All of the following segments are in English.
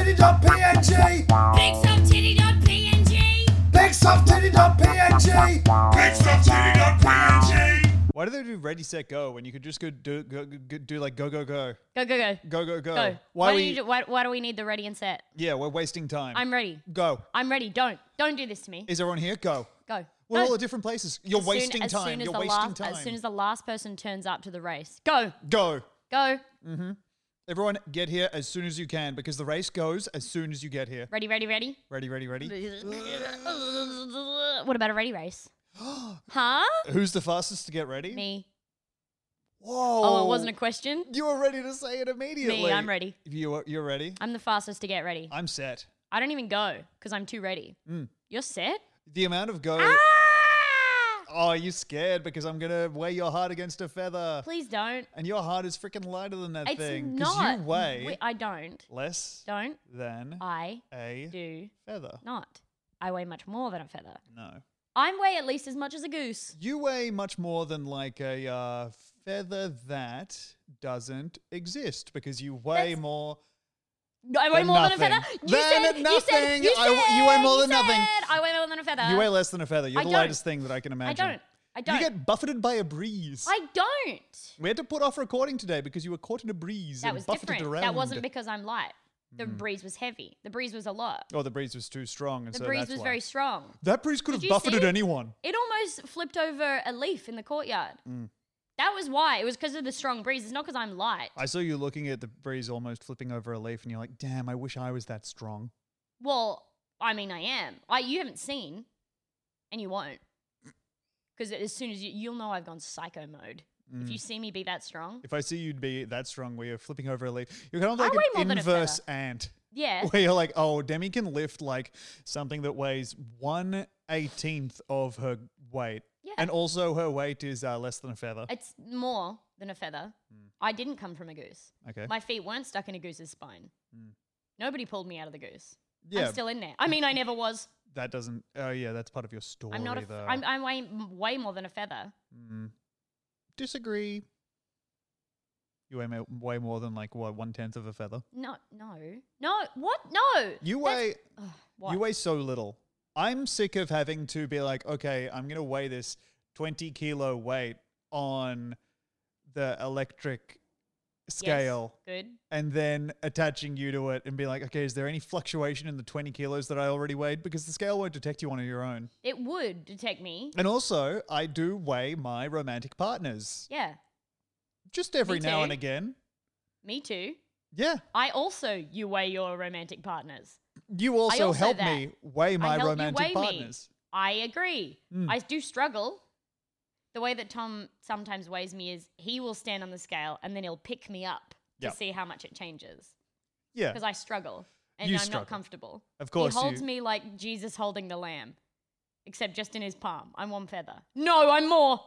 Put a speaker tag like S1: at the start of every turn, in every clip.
S1: BigSoftTitty.png
S2: BigSoftTitty.png.
S1: BigSoftTitty.png BigSoftTitty.png
S3: Why do they do Ready Set Go when you could just go do go, go, do like go go go
S4: Go, go, go.
S3: go go go?
S4: Go.
S3: Why
S4: Why,
S3: are
S4: do you
S3: we?
S4: do, why, why do we need the ready and set?
S3: yeah, we're wasting time.
S4: I'm ready.
S3: go.
S4: I'm ready. Don't. Don't do this to me.
S3: Is everyone here? Go.
S4: Go.
S3: We're
S4: No.
S3: all at different places. You're
S4: As soon-
S3: wasting
S4: as
S3: time.
S4: soon as
S3: You're
S4: the
S3: wasting
S4: last,
S3: time.
S4: As soon as the last person turns up to the race. Go.
S3: go.
S4: Go.
S3: Everyone, get here as soon as you can because the race goes as soon as you get here.
S4: Ready, ready, ready.
S3: Ready, ready, ready.
S4: what about a ready race? huh?
S3: Who's the fastest to get ready?
S4: Me.
S3: Whoa.
S4: Oh, it wasn't a question.
S3: You were ready to say it immediately.
S4: Me, I'm ready.
S3: You are, you're ready.
S4: I'm the fastest to get ready.
S3: I'm set.
S4: I don't even go because I'm too ready.
S3: Mm.
S4: You're set?
S3: The amount of go.
S4: Ah!
S3: Oh, are you scared because I'm gonna weigh your heart against a feather?
S4: Please don't.
S3: And your heart is freaking lighter than that
S4: It's
S3: thing. 'cause
S4: not.
S3: you weigh
S4: Wait, I don't.
S3: less
S4: Don't.
S3: than
S4: I
S3: a
S4: do
S3: feather.
S4: not. I weigh much more than a feather.
S3: No.
S4: I weigh at least as much as a goose.
S3: You weigh much more than like a uh, feather that doesn't exist because you weigh
S4: That's-
S3: more.
S4: No, I weigh
S3: Than
S4: more than a
S3: nothing.
S4: feather. You
S3: Than
S4: said, you
S3: nothing.
S4: said, you
S3: I
S4: said,
S3: w- you weigh more
S4: you
S3: than nothing.
S4: said I weigh more than a feather.
S3: you weigh less than a feather. You're
S4: I
S3: the
S4: don't.
S3: lightest thing that I can
S4: I
S3: imagine.
S4: don't. I don't.
S3: You get buffeted by a breeze.
S4: I don't.
S3: we had to put off recording today because you were caught in a breeze
S4: That
S3: and
S4: was
S3: buffeted
S4: different.
S3: around.
S4: That wasn't because I'm light. The
S3: mm.
S4: breeze was heavy. The breeze was a lot.
S3: Oh, the breeze was too strong, and
S4: The
S3: so
S4: breeze
S3: that's
S4: was
S3: why.
S4: very strong.
S3: That breeze could
S4: Did
S3: have
S4: you
S3: buffeted
S4: see?
S3: anyone.
S4: It almost flipped over a leaf in the courtyard.
S3: Mm.
S4: That was why. It was because of the strong breeze. It's not because I'm light.
S3: I saw you looking at the breeze almost flipping over a leaf, and you're like, "Damn, I wish I was that strong."
S4: well, I mean, I am. I you haven't seen, and you won't, because as soon as you you'll know I've gone psycho mode. If you see me be that strong,
S3: Mm. If I see you'd be that strong, where you're flipping over a leaf, you're kind of
S4: I
S3: like
S4: weigh more
S3: an
S4: than a
S3: inverse
S4: feather.
S3: ant,
S4: yeah.
S3: where you're like, "Oh, Demi can lift like something that weighs one eighteenth of her weight,
S4: Yeah.
S3: and also her weight is uh, less than a feather."
S4: It's more than a feather.
S3: Mm.
S4: I didn't come from a goose.
S3: okay,
S4: My feet weren't stuck in a goose's spine. Nobody pulled me out of the goose.
S3: Mm. Yeah.
S4: I'm still in there. I mean, I never was.
S3: that doesn't. Oh, yeah, that's part of your story.
S4: I'm not. A, f-
S3: though.
S4: I'm, I'm way, m- way more than a feather.
S3: Mm. Disagree. You weigh ma- way more than like what one tenth of a feather.
S4: No, no, no. What? No.
S3: You
S4: That's-
S3: weigh
S4: Ugh, what?
S3: you weigh so little. I'm sick of having to be like, okay, I'm gonna weigh this twenty kilo weight on the electric scale
S4: Yes. Good.
S3: and then attaching you to it and be like, okay, is there any fluctuation in the 20 kilos that I already weighed? Because the scale won't detect you on your own.
S4: It would detect me.
S3: And also, I do weigh my romantic partners
S4: Yeah.
S3: just every
S4: Me
S3: now
S4: too.
S3: and again.
S4: Me too.
S3: Yeah.
S4: I also you weigh your romantic partners.
S3: You also,
S4: also
S3: help
S4: that.
S3: me weigh my
S4: help you
S3: romantic
S4: weigh me.
S3: partners.
S4: I agree.
S3: Mm.
S4: I do struggle. The way that Tom sometimes weighs me is he will stand on the scale and then he'll pick me up to
S3: Yeah.
S4: see how much it changes
S3: Yeah.
S4: because I struggle and
S3: You
S4: I'm
S3: struggle.
S4: not comfortable.
S3: Of course
S4: he holds
S3: you-
S4: me like Jesus holding the lamb, except just in his palm. I'm one feather. No, I'm more.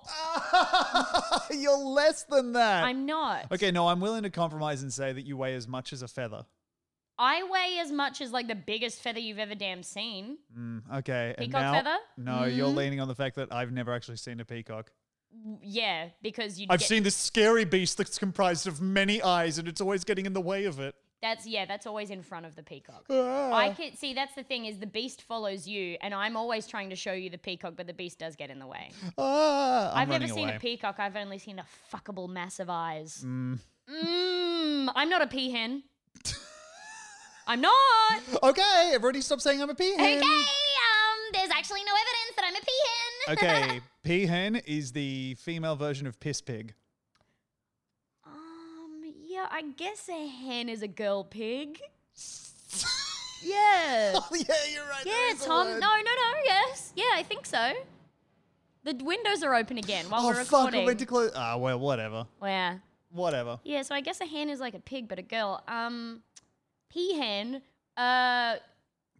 S3: You're less than that.
S4: I'm not.
S3: Uh, okay, no, I'm willing to compromise and say that you weigh as much as a feather.
S4: I weigh as much as like the biggest feather you've ever damn seen.
S3: Mm, okay. and
S4: Peacock
S3: now,
S4: feather? Mm-hmm.
S3: No, you're leaning on the fact that I've never actually seen a peacock.
S4: Yeah, because you.
S3: Mm. I've
S4: get,
S3: seen this scary beast that's comprised of many eyes and it's always getting in the way of it.
S4: That's yeah. That's always in front of the peacock.
S3: Ah.
S4: I can see. That's the thing is the beast follows you, and I'm always trying to show you the peacock, but the beast does get in the way.
S3: Ah, I'm
S4: have never
S3: running
S4: seen
S3: away. Mm.
S4: a peacock. I've only seen a fuckable mass of eyes. Mmm. I'm not a peahen. I'm not.
S3: Okay, everybody stop saying I'm a peahen.
S4: Okay. Um. There's actually no evidence that I'm
S3: okay,
S4: a peahen.
S3: peahen is the female version of piss pig.
S4: Um, yeah, I guess a hen is a girl pig. yeah.
S3: Oh, yeah, you're right.
S4: Yeah, Tom. No, no, no. Yes. Yeah, I think so. The d- windows are open again while
S3: Oh
S4: we're
S3: fuck!
S4: recording.
S3: I meant to close. Ah, well, whatever,
S4: Well, yeah.
S3: whatever.
S4: Yeah, so I guess a hen is like a pig, but a girl. Um, peahen. Uh,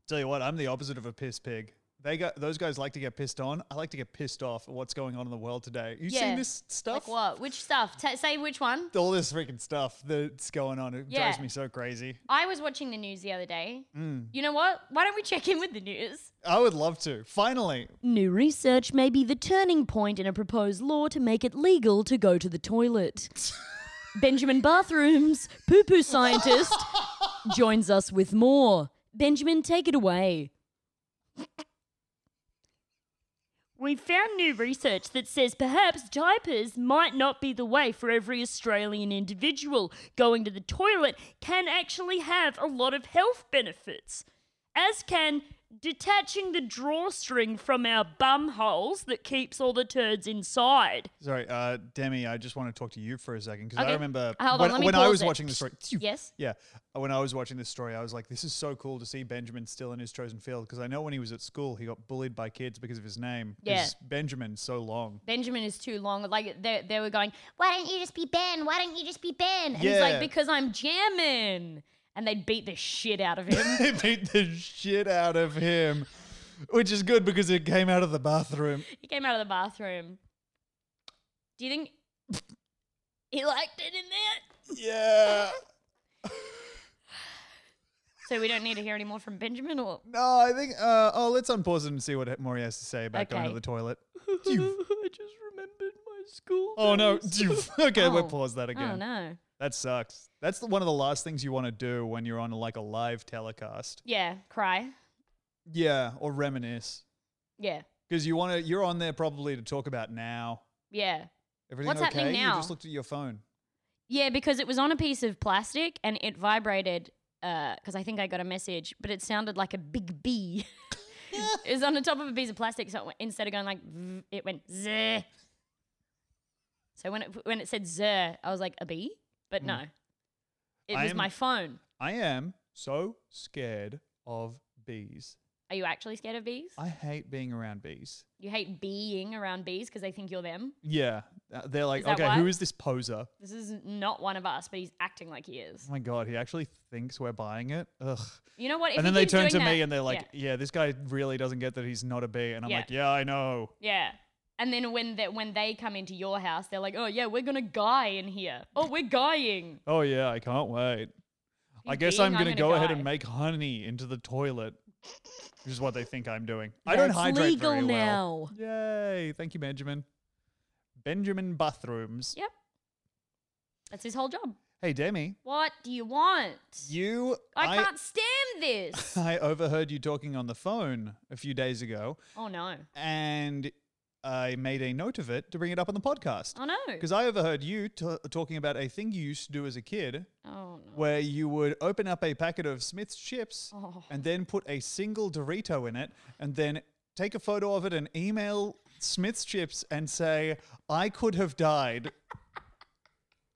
S3: Tell you what, I'm the opposite of a piss pig. They got those guys like to get pissed on. I like to get pissed off at what's going on in the world today. You seen
S4: Yeah.
S3: this stuff?
S4: like what? Which stuff? T- say which one.
S3: All this freaking stuff that's going on. It drives
S4: Yeah.
S3: me so crazy.
S4: I was watching the news the other day. You know what? Why don't we check in with the news?
S3: I would love to. Finally,
S4: New research may be the turning point in a proposed law to make it legal to go to the toilet. Benjamin Bathrooms, poo poo scientist, joins us with more. Benjamin, take it away. We found new research that says perhaps diapers might not be the way for every Australian individual. Going to the toilet can actually have a lot of health benefits, as can detaching the drawstring from our bum holes that keeps all the turds inside.
S3: Sorry, uh, Demi, I just want to talk to you for a second because I
S4: Okay. Uh,
S3: remember
S4: Hold on,
S3: when,
S4: let me
S3: when I
S4: pause
S3: was
S4: it.
S3: watching the story.
S4: Yes?
S3: Yeah. Uh, When I was watching this story, I was like, this is so cool to see Benjamin still in his chosen field because I know when he was at school, he got bullied by kids because of his name. 'cause
S4: Yeah.
S3: Benjamin's so long.
S4: Benjamin is too long. Like they, they were going, why don't you just be Ben? Why don't you just be Ben? And he's
S3: Yeah.
S4: like, because I'm jamming. And they beat the shit out of him.
S3: they beat the shit out of him, which is good because it came out of the bathroom.
S4: he came out of the bathroom. Do you think he liked it in there?
S3: Yeah.
S4: So we don't need to hear any more from Benjamin or
S3: No, I think, uh, oh, let's unpause it and see what more he has to say about going to
S4: Okay.
S3: the toilet.
S4: I just remembered my school.
S3: Oh, no.
S4: days.
S3: okay, we'll
S4: Oh.
S3: pause that again.
S4: Oh no.
S3: That sucks. That's the, one of the last things you want to do when you're on like a live telecast.
S4: Yeah, cry.
S3: Yeah, or reminisce
S4: Yeah.
S3: because you want to. You're on there probably to talk about now.
S4: Yeah.
S3: Everything
S4: What's
S3: okay?
S4: happening
S3: You
S4: now?
S3: just looked at your phone.
S4: Yeah, because it was on a piece of plastic and it vibrated because I think I got a message, but it sounded like a big bee. it was on the top of a piece of plastic, so it went, instead of going like, "V," it went zer. So when it when it said zer, I was like a bee, but no, it
S3: Hmm. I
S4: was
S3: am-
S4: my phone.
S3: I am so scared of bees.
S4: Are you actually scared of bees?
S3: I hate being around bees.
S4: You hate being around bees because they think you're them.
S3: Yeah, uh, they're like,
S4: Is that
S3: okay, who
S4: why?
S3: is this poser?
S4: This is not one of us, but he's acting like he is.
S3: Oh my god, he actually thinks we're buying it. Ugh.
S4: You know what? If
S3: and
S4: he
S3: then they
S4: keeps
S3: turn
S4: doing
S3: to me
S4: that-
S3: and they're like,
S4: Yeah.
S3: yeah. this guy really doesn't get that he's not a bee. And I'm
S4: Yeah.
S3: like, yeah, I know.
S4: Yeah. And then when they, when they come into your house, they're like, "Oh yeah, we're gonna guy in here. Oh, we're guying."
S3: Oh yeah, I can't wait. I
S4: You
S3: guess
S4: being,
S3: I'm
S4: I'm
S3: gonna,
S4: gonna
S3: go ahead and
S4: die.
S3: make honey into the toilet, which is what they think I'm doing. I don't hydrate very well. Yay! Thank you, Benjamin. Benjamin bathrooms.
S4: Yep. That's his whole job.
S3: Hey, Demi,
S4: What do you want?
S3: you.
S4: I, can't stand this.
S3: I overheard you talking on the phone a few days ago,
S4: oh no.
S3: and I made a note of it to bring it up on the podcast.
S4: Oh no.
S3: Because I overheard you t- talking about a thing you used to do as a kid
S4: Oh no.
S3: where you would open up a packet of Smith's chips
S4: Oh.
S3: and then put a single Dorito in it and then take a photo of it and email Smith's chips and say, I could have died.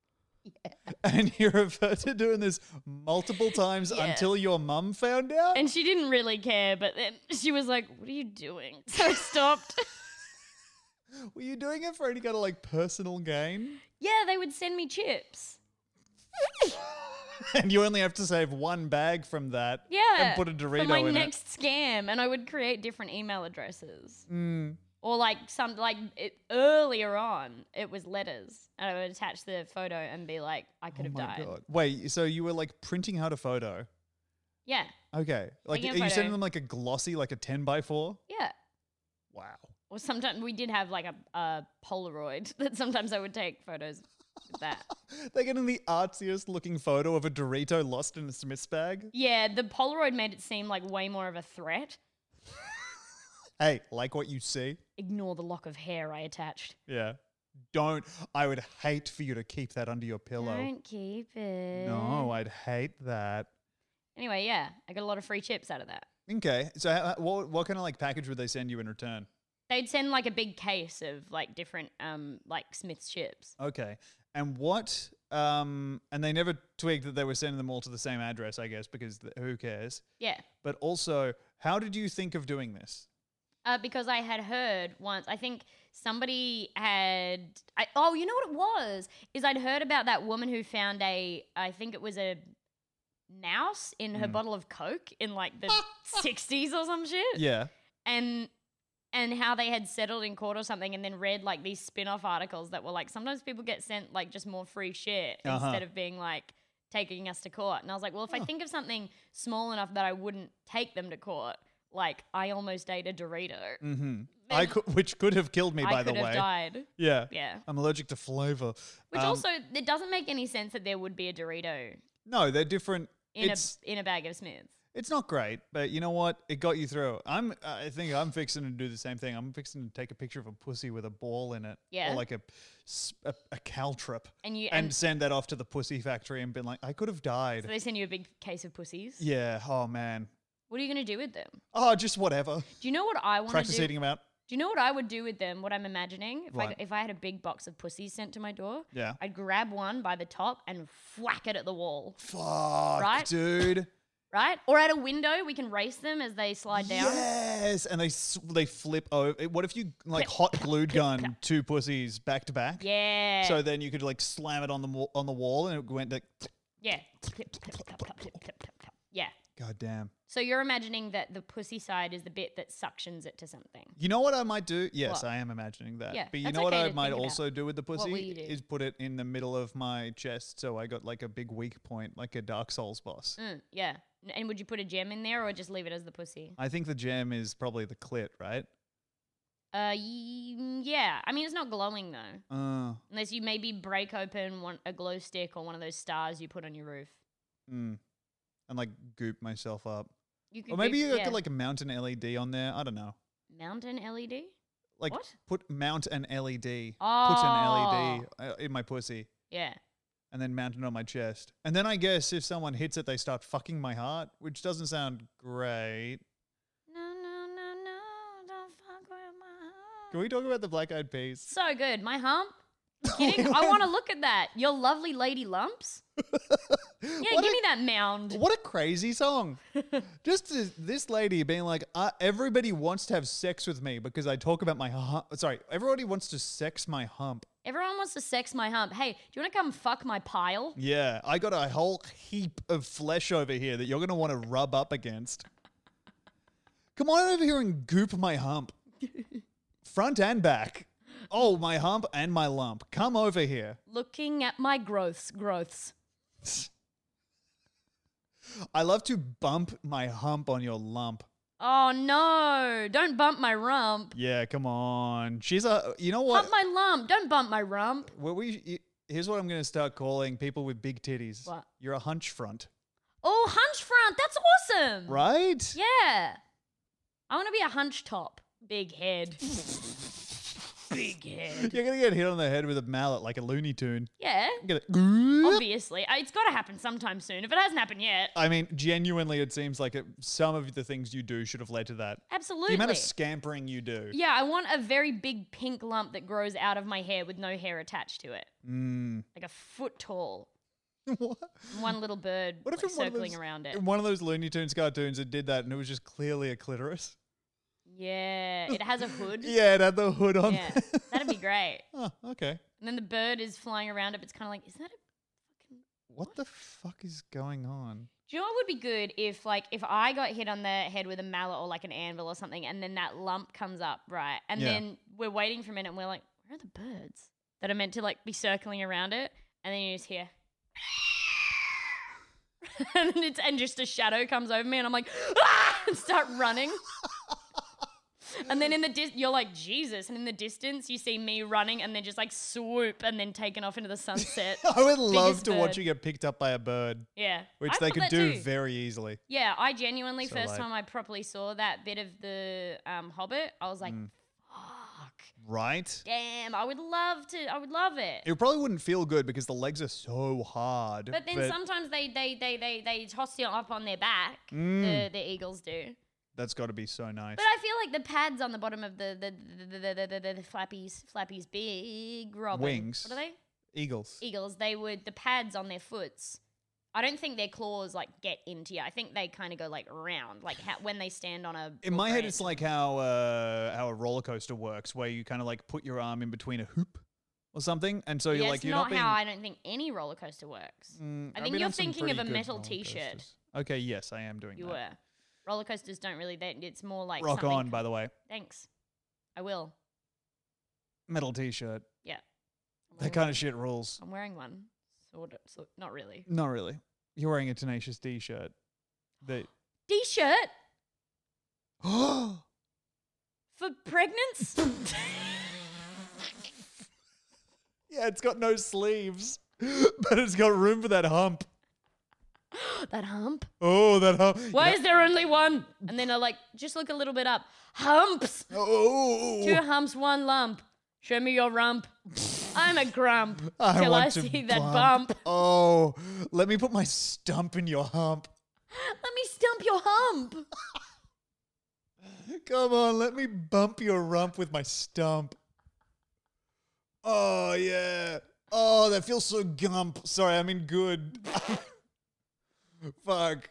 S3: And you referred to doing this multiple times
S4: Yeah.
S3: until your mum found out.
S4: And she didn't really care, but then she was like, "What are you doing?" So I stopped.
S3: Were you doing it for any kind of like personal gain?
S4: yeah, they would send me chips.
S3: and you only have to save one bag from that.
S4: Yeah.
S3: And put a Dorito
S4: for my
S3: in it.
S4: next scam, and I would create different email addresses.
S3: Mm.
S4: Or like some like it, earlier on, it was letters, and I would attach the photo and be like, "I could
S3: Oh
S4: have
S3: my
S4: died."
S3: god. Wait, so you were like printing out a photo.
S4: Yeah,
S3: Okay. Like
S4: Taking a
S3: are you
S4: photo.
S3: sending them like a glossy, like a ten by four?
S4: yeah.
S3: Wow.
S4: Or sometimes we did have like a, a Polaroid that sometimes I would take photos with that.
S3: They're getting the artsiest looking photo of a Dorito lost in a Smith's bag.
S4: yeah, the Polaroid made it seem like way more of a threat.
S3: Hey, like what you see?
S4: Ignore the lock of hair I attached.
S3: Yeah. Don't I would hate for you to keep that under your pillow.
S4: Don't keep it.
S3: No, I'd hate that.
S4: Anyway, yeah, I got a lot of free chips out of that.
S3: Okay. So how, what what kind of like package would they send you in return?
S4: They'd send like a big case of like different um like Smith's chips.
S3: Okay. And what? Um, and they never twigged that they were sending them all to the same address, I guess, because th- who cares?
S4: Yeah.
S3: But also, how did you think of doing this?
S4: Uh, because I had heard once, I think somebody had. I, oh, you know what it was? Is I'd heard about that woman who found a, I think it was a mouse in
S3: Mm.
S4: her bottle of Coke in like the 60s or some shit.
S3: Yeah.
S4: And. And how they had settled in court or something, and then read like these spin off articles that were like, sometimes people get sent like just more free shit
S3: Uh-huh.
S4: instead of being like taking us to court. And I was like, well, if I think of something small enough that I wouldn't take them to court, like I almost ate a Dorito.
S3: Mm-hmm. I could, which could have killed me, by
S4: I
S3: the
S4: could
S3: way.
S4: have died.
S3: Yeah.
S4: Yeah.
S3: I'm allergic to flavor.
S4: Which
S3: Um,
S4: also, it doesn't make any sense that there would be a Dorito
S3: no, they're different.
S4: in
S3: it's
S4: a in a bag of Smiths.
S3: it's not great, but you know what? It got you through. I'm I think I'm fixing to do the same thing. I'm fixing to take a picture of a pussy with a ball in it,
S4: Yeah.
S3: or like a s- a, a caltrip,
S4: And you
S3: and
S4: and,
S3: send that off to the pussy factory and been like, I could have died.
S4: so they send you a big case of pussies.
S3: Yeah. Oh man.
S4: What are you gonna do with them?
S3: Oh, just whatever.
S4: Do you know what I want to
S3: Practice
S4: do? Do
S3: eating them out.
S4: you know what I would do with them? What I'm imagining if
S3: What?
S4: I if I had a big box of pussies sent to my door,
S3: Yeah.
S4: I'd grab one by the top and whack it at the wall,
S3: Fuck,
S4: Right?
S3: dude.
S4: right? Or at a window, we can race them as they slide down.
S3: Yes, and they s- they flip over. Eh, What if you like hot glue gun two pussies back to back?
S4: Yeah.
S3: So then you could like slam it on the wa- on the wall, and it went like,
S4: yeah. Clip, clip, clip, clip, clip, clip, clip, clip. Yeah.
S3: God damn.
S4: So you're imagining that the pussy side is the bit that suctions it to something.
S3: You know what I might do? Yes,
S4: What?
S3: I am imagining that.
S4: Yeah,
S3: but you
S4: that's
S3: know what
S4: okay
S3: I
S4: to
S3: might
S4: think about.
S3: also do with the
S4: What
S3: pussy
S4: will you do?
S3: is put it in the middle of my chest, so I got like a big weak point, like a Dark Souls boss.
S4: Mm, yeah. N- And would you put a gem in there or just leave it as the pussy?
S3: I think the gem is probably the clit, right?
S4: Uh, y- yeah. I mean, it's not glowing though,
S3: Uh,
S4: unless you maybe break open one a glow stick or one of those stars you put on your roof.
S3: mm. and like goop myself up,
S4: You could
S3: or maybe
S4: do-
S3: you could
S4: yeah.
S3: like a mountain LED E on there. I don't know.
S4: mountain E LED.
S3: like
S4: What?
S3: put mount an LED, put an
S4: Oh.
S3: LED uh, in my pussy,
S4: Yeah.
S3: and then mount it on my chest. And then I guess if someone hits it, they start fucking my heart, which doesn't sound great.
S4: No, no, no, no! Don't fuck with my
S3: Can
S4: hump.
S3: we talk about the Black Eyed Peas?
S4: So good, my hump. Kidding? I want to look at that. Your lovely lady lumps. Yeah,
S3: What a-
S4: give me that mound.
S3: What a crazy song! Just this, this lady being like, uh, "Everybody wants to have sex with me because I talk about my hump." Sorry, everybody wants to sex my hump.
S4: Everyone wants to sex my hump. Hey, do you want to come fuck my pile?
S3: Yeah, I got a whole heap of flesh over here that you're going to want to rub up against. Come on over here and goop my hump. Front and back. Oh, my hump and my lump. Come over here.
S4: Looking at my growths, growths.
S3: I love to bump my hump on your lump.
S4: Oh no! Don't bump my rump.
S3: Yeah, come on. She's a. You know what?
S4: Bump my lump. Don't bump my rump.
S3: what we, y- here's what I'm going to start calling people with big titties.
S4: What?
S3: You're a hunch front,
S4: Oh, hunch front. That's awesome.
S3: right?
S4: Yeah. I want to be a hunch top. Big head. big head.
S3: You're gonna get hit on the head with a mallet like a Looney Tune.
S4: Yeah.
S3: You're gonna-
S4: Obviously. Uh, It's got to happen sometime soon. If it hasn't happened yet,
S3: I mean, genuinely, it seems like it, some of the things you do should have led to that. The
S4: absolutely.
S3: amount of scampering you do.
S4: yeah, I want a very big pink lump that grows out of my hair with no hair attached to it.
S3: Mm.
S4: Like a foot tall.
S3: what
S4: One little bird
S3: what if
S4: like,
S3: in one of
S4: circling
S3: those-
S4: around it.
S3: in one of those Looney Tunes cartoons, it did that, and it was just clearly a clitoris.
S4: Yeah. It has a hood.
S3: Yeah, it had the hood on.
S4: Yeah, That'd be great.
S3: oh, okay.
S4: And then the bird is flying around it, but it's kind of like, is that a fucking
S3: What the fuck is going on?
S4: Do you know what would be good if, like, if I got hit on the head with a mallet or like an anvil or something, and then that lump comes up, right? And
S3: Yeah.
S4: then we're waiting for a minute, and we're like, where are the birds that are meant to like be circling around it? And then you just hear, and then it's and just a shadow comes over me, and I'm like, ah! and start running. And then in the dis- you're like Jesus, and in the distance you see me running, and then just like swoop, and then taken off into the sunset.
S3: I would love
S4: Biggest
S3: to watch
S4: bird.
S3: you get picked up by a bird,
S4: Yeah,
S3: which
S4: I
S3: they
S4: thought
S3: could
S4: that
S3: do
S4: too.
S3: very easily.
S4: Yeah, I genuinely
S3: So,
S4: first
S3: like-
S4: time I properly saw that bit of the um, Hobbit, I was like,
S3: Mm.
S4: "Fuck,
S3: Right?
S4: damn! I would love to. I would love it."
S3: It probably wouldn't feel good because the legs are so hard.
S4: but then sometimes they they they they they toss you up on their back.
S3: Mm.
S4: The, the eagles do.
S3: That's got to be so nice.
S4: But I feel like the pads on the bottom of the the the the, the, the, the, the flappies flappies big robin
S3: Wings.
S4: What are they?
S3: Eagles.
S4: Eagles. They would the pads on their foots. I don't think their claws like get into you. I think they kind of go like round, like how, when they stand on a.
S3: In my head, it's like
S4: branch.
S3: how uh, how a roller coaster works, where you kind of like put your arm in between a hoop or something, and so
S4: Yeah,
S3: you're
S4: it's
S3: like you're
S4: not,
S3: not being.
S4: how I don't think any roller coaster works.
S3: Mm,
S4: I
S3: I've
S4: think
S3: been
S4: you're
S3: on some
S4: thinking of
S3: pretty
S4: a
S3: good
S4: metal
S3: roller
S4: t-shirt.
S3: coasters. Okay, yes, I am doing
S4: You
S3: that.
S4: were. Roller coasters don't really. They, it's more like
S3: Rock
S4: something-
S3: on, by the way.
S4: Thanks. I will.
S3: Metal t-shirt.
S4: Yeah. I'm
S3: That
S4: wearing
S3: kind
S4: one.
S3: of shit rules.
S4: I'm wearing one. Sort of. Sort, not really.
S3: Not really. You're wearing a tenacious t-shirt. That.
S4: D-shirt
S3: oh
S4: for pregnants.
S3: yeah, it's got no sleeves, but it's got room for that hump.
S4: that hump.
S3: Oh, that hump.
S4: Why
S3: Yeah.
S4: is there only one? And then I like just look a little bit up. Humps.
S3: Oh.
S4: Two humps, one lump. Show me your rump. I'm a grump
S3: I
S4: till
S3: want
S4: I
S3: to
S4: see that bump.
S3: Oh, let me put my stump in your hump.
S4: Let me stump your hump.
S3: Come on, let me bump your rump with my stump. Oh, yeah. Oh, that feels so gump. Sorry, I mean good. Fuck.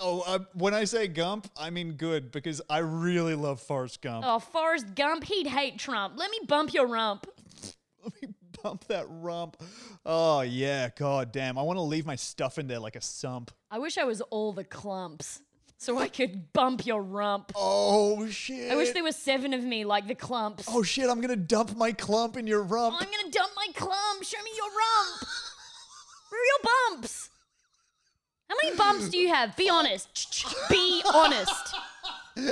S3: Oh, I, when I say gump, I mean good because I really love Forrest Gump.
S4: Oh, Forrest Gump, he'd hate Trump. Let me bump your rump.
S3: Let me bump that rump. Oh, yeah. God damn. I want to leave my stuff in there like a sump.
S4: I wish I was all the clumps so I could bump your rump.
S3: Oh, shit.
S4: I wish there were seven of me like the clumps.
S3: Oh shit, I'm gonna dump my clump in your rump.
S4: I'm gonna dump my clump. Show me your rump. Where are your bumps? How many bumps do you have? Be honest. Be honest.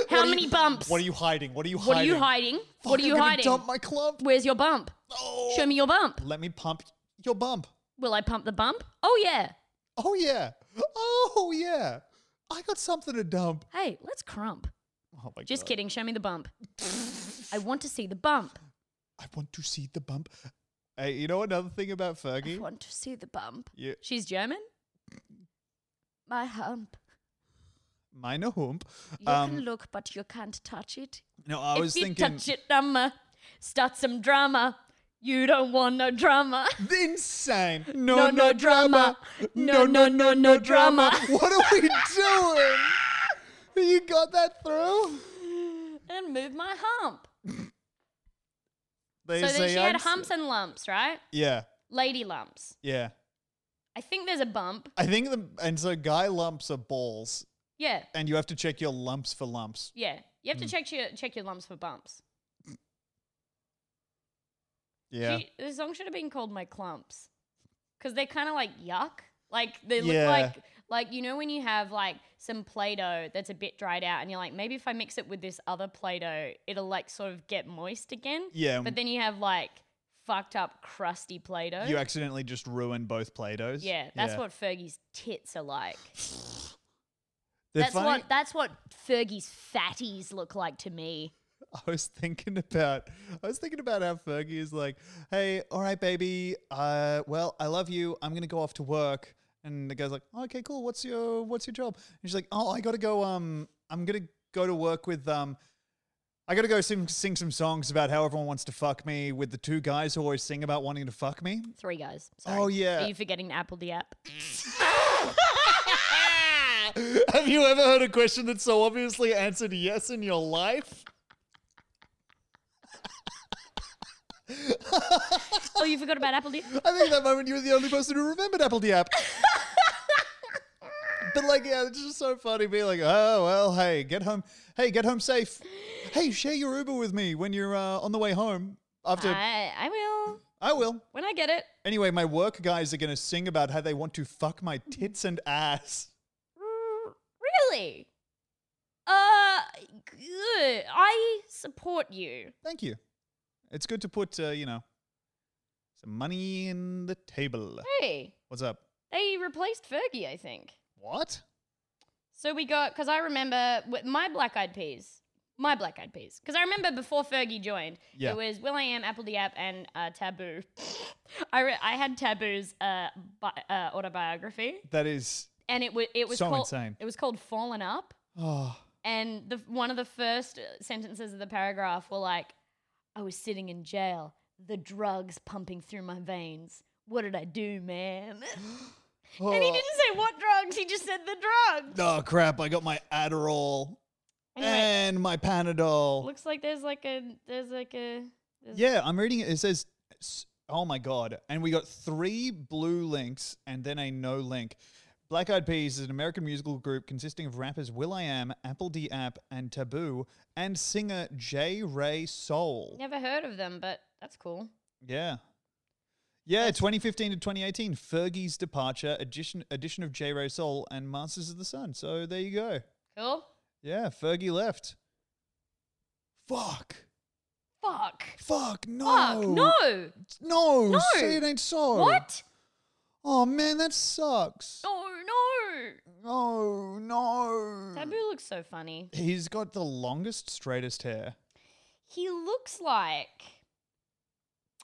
S4: How
S3: do you-
S4: many bumps?
S3: What are you hiding? What are you
S4: What are
S3: hiding?
S4: you hiding?
S3: Fuck,
S4: What are
S3: I'm
S4: you
S3: gonna
S4: hiding?
S3: Dump my clump.
S4: Where's your bump?
S3: Oh.
S4: Show me your bump.
S3: Let me pump your bump.
S4: Will I pump the bump? Oh, yeah.
S3: Oh yeah. Oh yeah. I got something to dump.
S4: Hey, let's crump.
S3: Oh my
S4: Just
S3: god.
S4: kidding. Show me the bump. I want to see the bump.
S3: I want to see the bump. Hey, you know another thing about
S4: I
S3: Fergie?
S4: want to see the bump.
S3: Yeah,
S4: She's German? My hump.
S3: mine a hump.
S4: You can
S3: Um,
S4: look, but you can't touch it.
S3: no, I
S4: if
S3: was
S4: you
S3: thinking
S4: touch it, drama, start some drama. You don't want no drama.
S3: insane. No, no,
S4: No, no
S3: drama.
S4: drama. No, no, no, no drama.
S3: What are we doing? you got that through?
S4: And move my hump.
S3: They
S4: so then
S3: say
S4: she had
S3: I'm-
S4: humps and lumps, right?
S3: Yeah,
S4: Lady lumps.
S3: yeah.
S4: I think there's a bump.
S3: I think the and so guy lumps are balls,
S4: Yeah,
S3: and you have to check your lumps for lumps.
S4: yeah. You have to check your check your lumps for bumps.
S3: Yeah,
S4: She- the song should have been called My Clumps. Because they're kind of like yuck. Like they look
S3: Yeah.
S4: like like you know when you have like some play-doh that's a bit dried out and you're like maybe if I mix it with this other play-doh it'll like sort of get moist again.
S3: yeah. um,
S4: But then you have like fucked up crusty play-doh.
S3: you accidentally just ruin both play-dohs.
S4: yeah, that's what Fergie's tits are like.
S3: They're
S4: that's
S3: funny.
S4: what that's what Fergie's fatties look like to me.
S3: I was thinking about I was thinking about how Fergie is like, hey, all right, baby. Uh, well, I love you. I'm gonna go off to work. And the guy's like, okay, cool. What's your what's your job? And she's like, oh, I gotta go. Um, I'm gonna go to work with um. I gotta go sing, sing some songs about how everyone wants to fuck me with the two guys who always sing about wanting to fuck me.
S4: Three guys. Sorry.
S3: Oh, yeah.
S4: Are you forgetting Apple the app?
S3: Have you ever heard a question that's so obviously answered yes in your life?
S4: oh, you forgot about Apple the
S3: I think at that moment you were the only person who remembered Apple the app. but like, yeah, it's just so funny being like, oh well, hey, get home, hey, get home safe. Hey, share your Uber with me when you're uh, on the way home. After
S4: I, I will.
S3: I will.
S4: When I get it.
S3: Anyway, my work guys are gonna sing about how they want to fuck my tits and ass.
S4: Really? Uh, good. I support you.
S3: Thank you. It's good to put, uh, you know, some money in the table.
S4: Hey,
S3: What's up?
S4: they replaced Fergie, I think.
S3: What?
S4: So we got because I remember with my Black Eyed Peas, my Black Eyed Peas. Because I remember before Fergie joined,
S3: Yeah.
S4: it was Will I Am, Apple the App, and uh, Taboo. I re- I had Taboo's uh, bi- uh autobiography,
S3: That is.
S4: and it was it was
S3: So
S4: called,
S3: insane.
S4: It was called Fallen Up,
S3: Oh.
S4: and the one of the first uh, sentences of the paragraph were like, "I was sitting in jail, the drugs pumping through my veins. What did I do, man?" And he
S3: Oh.
S4: didn't say what drugs. He just said the drugs.
S3: Oh crap! I got my Adderall
S4: Anyway,
S3: and my Panadol.
S4: Looks like there's like a there's like a there's
S3: yeah, I'm reading it. It says, s- "Oh my god!" And we got three blue links and then a no link. Black Eyed Peas is an American musical group consisting of rappers Will I Am, Apple D App, and Taboo, and singer J Ray Soul.
S4: never heard of them, but that's cool.
S3: Yeah. Yeah, 2015 to 2018, Fergie's departure, addition addition of J Ray Soul, and Masters of the Sun. So there you go.
S4: Cool.
S3: Yeah, Fergie left. Fuck.
S4: Fuck.
S3: Fuck, no.
S4: Fuck. No.
S3: No.
S4: No.
S3: Say it ain't so.
S4: What?
S3: Oh, man, that sucks.
S4: No. No.
S3: No, no.
S4: Taboo looks so funny.
S3: He's got the longest, straightest hair.
S4: He looks like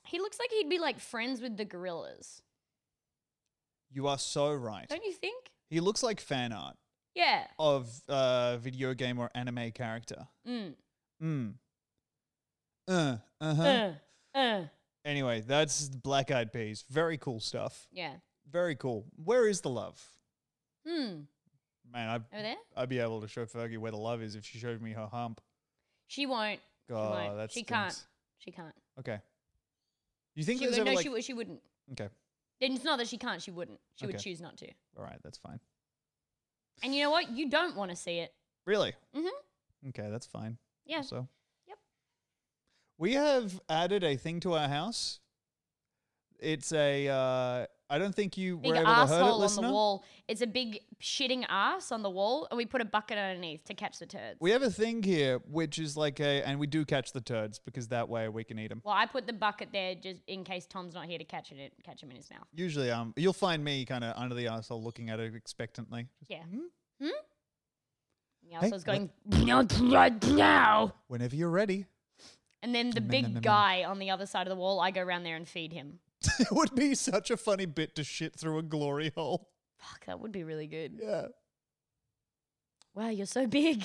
S4: he looks like he'd be like friends with the gorillas.
S3: You are so right.
S4: Don't you think?
S3: He looks like fan art
S4: Yeah.
S3: of uh, video game or anime character.
S4: Mm.
S3: Mm. Uh, uh-huh.
S4: Uh, uh.
S3: Anyway, that's Black Eyed Peas. Very cool stuff.
S4: Yeah.
S3: Very cool. Where is the love?
S4: Hmm.
S3: Man, I've
S4: Over there?
S3: I'd be able to show Fergie where the love is if she showed me her hump.
S4: She won't. she
S3: God,
S4: won't.
S3: Oh, that
S4: she
S3: stinks.
S4: can't. She can't.
S3: Okay. You think
S4: She
S3: there's
S4: would,
S3: ever
S4: no,
S3: like
S4: she would. She wouldn't.
S3: okay,
S4: And it's not that she can't. She wouldn't. She would
S3: Okay.
S4: choose not to.
S3: all right, that's fine.
S4: And you know what? You don't want to see it.
S3: Really?
S4: Mm-hmm.
S3: Okay, that's fine.
S4: Yeah.
S3: So.
S4: Yep.
S3: We have added a thing to our house. It's a. Uh, I don't think you
S4: Big
S3: were able to heard it,
S4: asshole on the
S3: listener.
S4: wall. It's a big shitting ass on the wall, and we put a bucket underneath to catch the turds.
S3: We have a thing here, which is like a, and we do catch the turds because that way we can eat them.
S4: well, I put the bucket there just in case Tom's not here to catch it, in- catch him in his mouth.
S3: Usually, um, you'll find me kind of under the arsehole looking at it expectantly. Just,
S4: Yeah.
S3: "Hmm?
S4: And The
S3: Hey,
S4: asshole's going right now,
S3: Whenever you're ready,
S4: and then the
S3: Nom, nom, nom,
S4: big
S3: nom.
S4: guy on the other side of the wall. I go round there and feed him.
S3: it would be such a funny bit to shit through a glory hole.
S4: Fuck, that would be really good.
S3: Yeah.
S4: Wow, you're so big.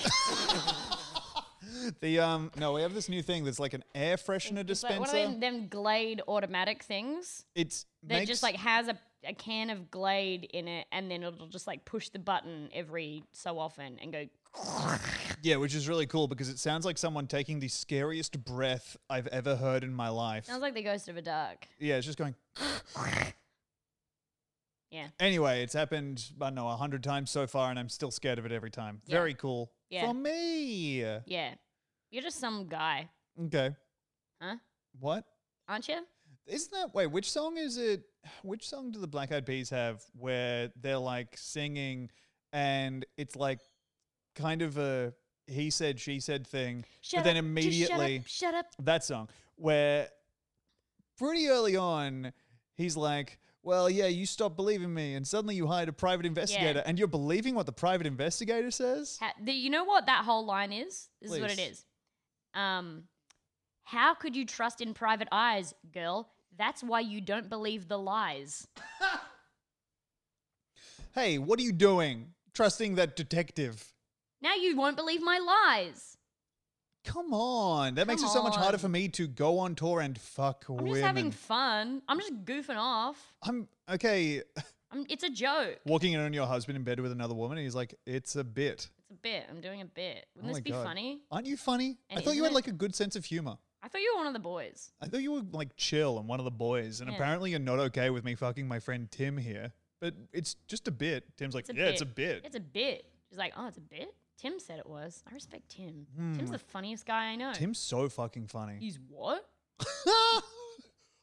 S3: The um, no, we have this new thing that's like an air freshener
S4: It's like
S3: dispenser.
S4: one of them, them Glade automatic things
S3: it's
S4: that
S3: makes,
S4: just like has a, a can of Glade in it, and then it'll just like push the button every so often and go.
S3: yeah, which is really cool because it sounds like someone taking the scariest breath I've ever heard in my life.
S4: Sounds like the ghost of a duck.
S3: yeah, it's just going.
S4: Yeah.
S3: Anyway, it's happened I don't know a hundred times so far, and I'm still scared of it every time.
S4: Yeah.
S3: Very cool
S4: Yeah.
S3: for me.
S4: Yeah. You're just some guy,
S3: Okay,
S4: huh?
S3: what?
S4: Aren't you?
S3: Isn't that wait? Which song is it? Which song do the Black Eyed Peas have where they're like singing, and it's like kind of a he said she said thing, but then
S4: just
S3: immediately
S4: shut up. Shut up.
S3: that song where pretty early on he's like. Well, yeah, you stop believing me, and suddenly you hired a private investigator, and you're believing what the private investigator says.
S4: Ha- the- you know what that whole line is? This is what it
S3: Please.
S4: is. Um, how could you trust in private eyes, girl? That's why you don't believe the lies.
S3: Hey, what are you doing? Trusting that detective.
S4: Now you won't believe my lies.
S3: Come on. That makes
S4: Come
S3: it so much harder
S4: on.
S3: for me to go on tour and fuck
S4: I'm
S3: women.
S4: just having fun. I'm just goofing off.
S3: I'm okay.
S4: I'm, it's a joke.
S3: Walking in on your husband in bed with another woman, and he's like, "It's a bit."
S4: It's a bit. I'm doing a bit. Wouldn't
S3: Oh
S4: this
S3: my
S4: be
S3: God.
S4: funny?
S3: Aren't you funny?
S4: And
S3: I thought you
S4: isn't
S3: had
S4: it-
S3: like a good sense of humor.
S4: I thought you were one of the boys.
S3: I thought you were like chill and one of the boys, and
S4: Yeah.
S3: apparently you're not okay with me fucking my friend Tim here. But it's just a bit. Tim's like, yeah, it's a bit.
S4: It's a bit. She's like, oh, it's a bit. Tim said it was. I respect Tim.
S3: Hmm.
S4: Tim's the funniest guy I know.
S3: Tim's so fucking funny.
S4: He's what?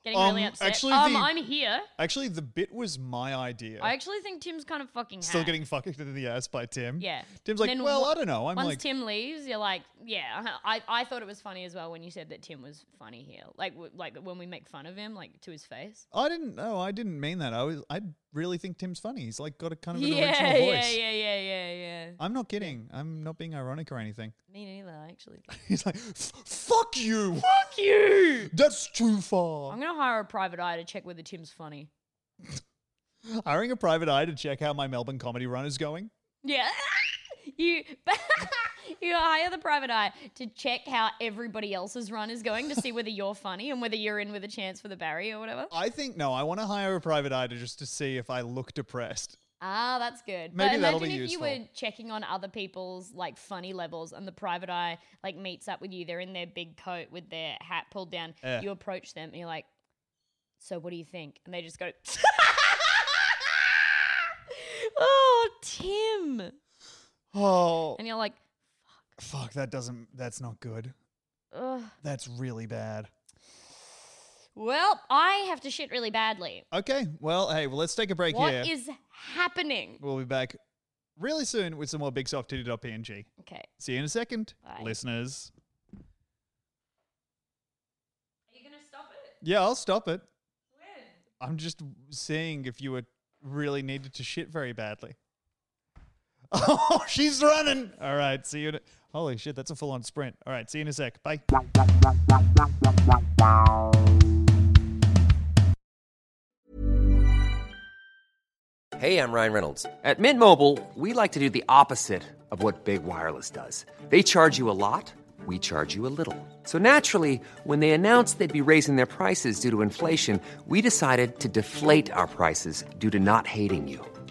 S4: Getting really
S3: Um,
S4: upset.
S3: actually,
S4: um,
S3: the-
S4: I'm here.
S3: Actually, the bit was my idea.
S4: I actually think Tim's kind of fucking.
S3: Still
S4: hacked.
S3: getting fucked in the ass by Tim.
S4: Yeah.
S3: Tim's like,
S4: Then
S3: well,
S4: wha-
S3: I don't know. I'm
S4: Once
S3: like,
S4: Tim leaves, you're like, yeah. uh-huh. I, I thought it was funny as well when you said that Tim was funny here. Like w- like when we make fun of him, like to his face.
S3: I didn't know. I didn't mean that. I was. I really think Tim's funny. He's like got a kind of an
S4: yeah,
S3: original
S4: yeah,
S3: voice.
S4: yeah, yeah, yeah, yeah.
S3: I'm not kidding. I'm not being ironic or anything.
S4: Me neither, actually.
S3: He's like, "F- fuck you.
S4: Fuck you.
S3: That's too
S4: I'm
S3: far.
S4: gonna hire a private eye to check whether Tim's funny.
S3: Hiring a private eye to check how my Melbourne comedy run is going.
S4: Yeah. You you hire the private eye to check how everybody else's run is going to see whether you're funny and whether you're in with a chance for the Barry or whatever.
S3: I think no. I want to hire a private eye to just to see if I look depressed.
S4: Ah, that's good.
S3: Maybe
S4: but
S3: that'll
S4: imagine
S3: be
S4: if you were
S3: useful.
S4: checking on other people's like funny levels and the private eye like meets up with you. They're in their big coat with their hat pulled down.
S3: Yeah.
S4: You approach them and you're like, So what do you think? And they just go Oh, Tim.
S3: Oh,
S4: And you're like,
S3: fuck. That doesn't. That's not good.
S4: Ugh.
S3: That's really bad.
S4: Well, I have to shit really badly.
S3: Okay. Well, hey. Well, let's take a break
S4: What
S3: here.
S4: is happening?
S3: we'll be back really soon with some more big soft titty.png.
S4: Okay.
S3: See you in a second,
S4: Bye.
S3: listeners.
S4: Are you gonna stop it?
S3: Yeah, I'll stop it.
S4: When?
S3: I'm just seeing if you were really needed to shit very badly. Oh, she's running. All right, see you. In a- Holy shit, that's a full on sprint. All right, see you in a sec. Bye.
S1: Hey, I'm Ryan Reynolds. At Mint Mobile, we like to do the opposite of what Big Wireless does. They charge you a lot, we charge you a little. So naturally, when they announced they'd be raising their prices due to inflation, we decided to deflate our prices due to not hating you.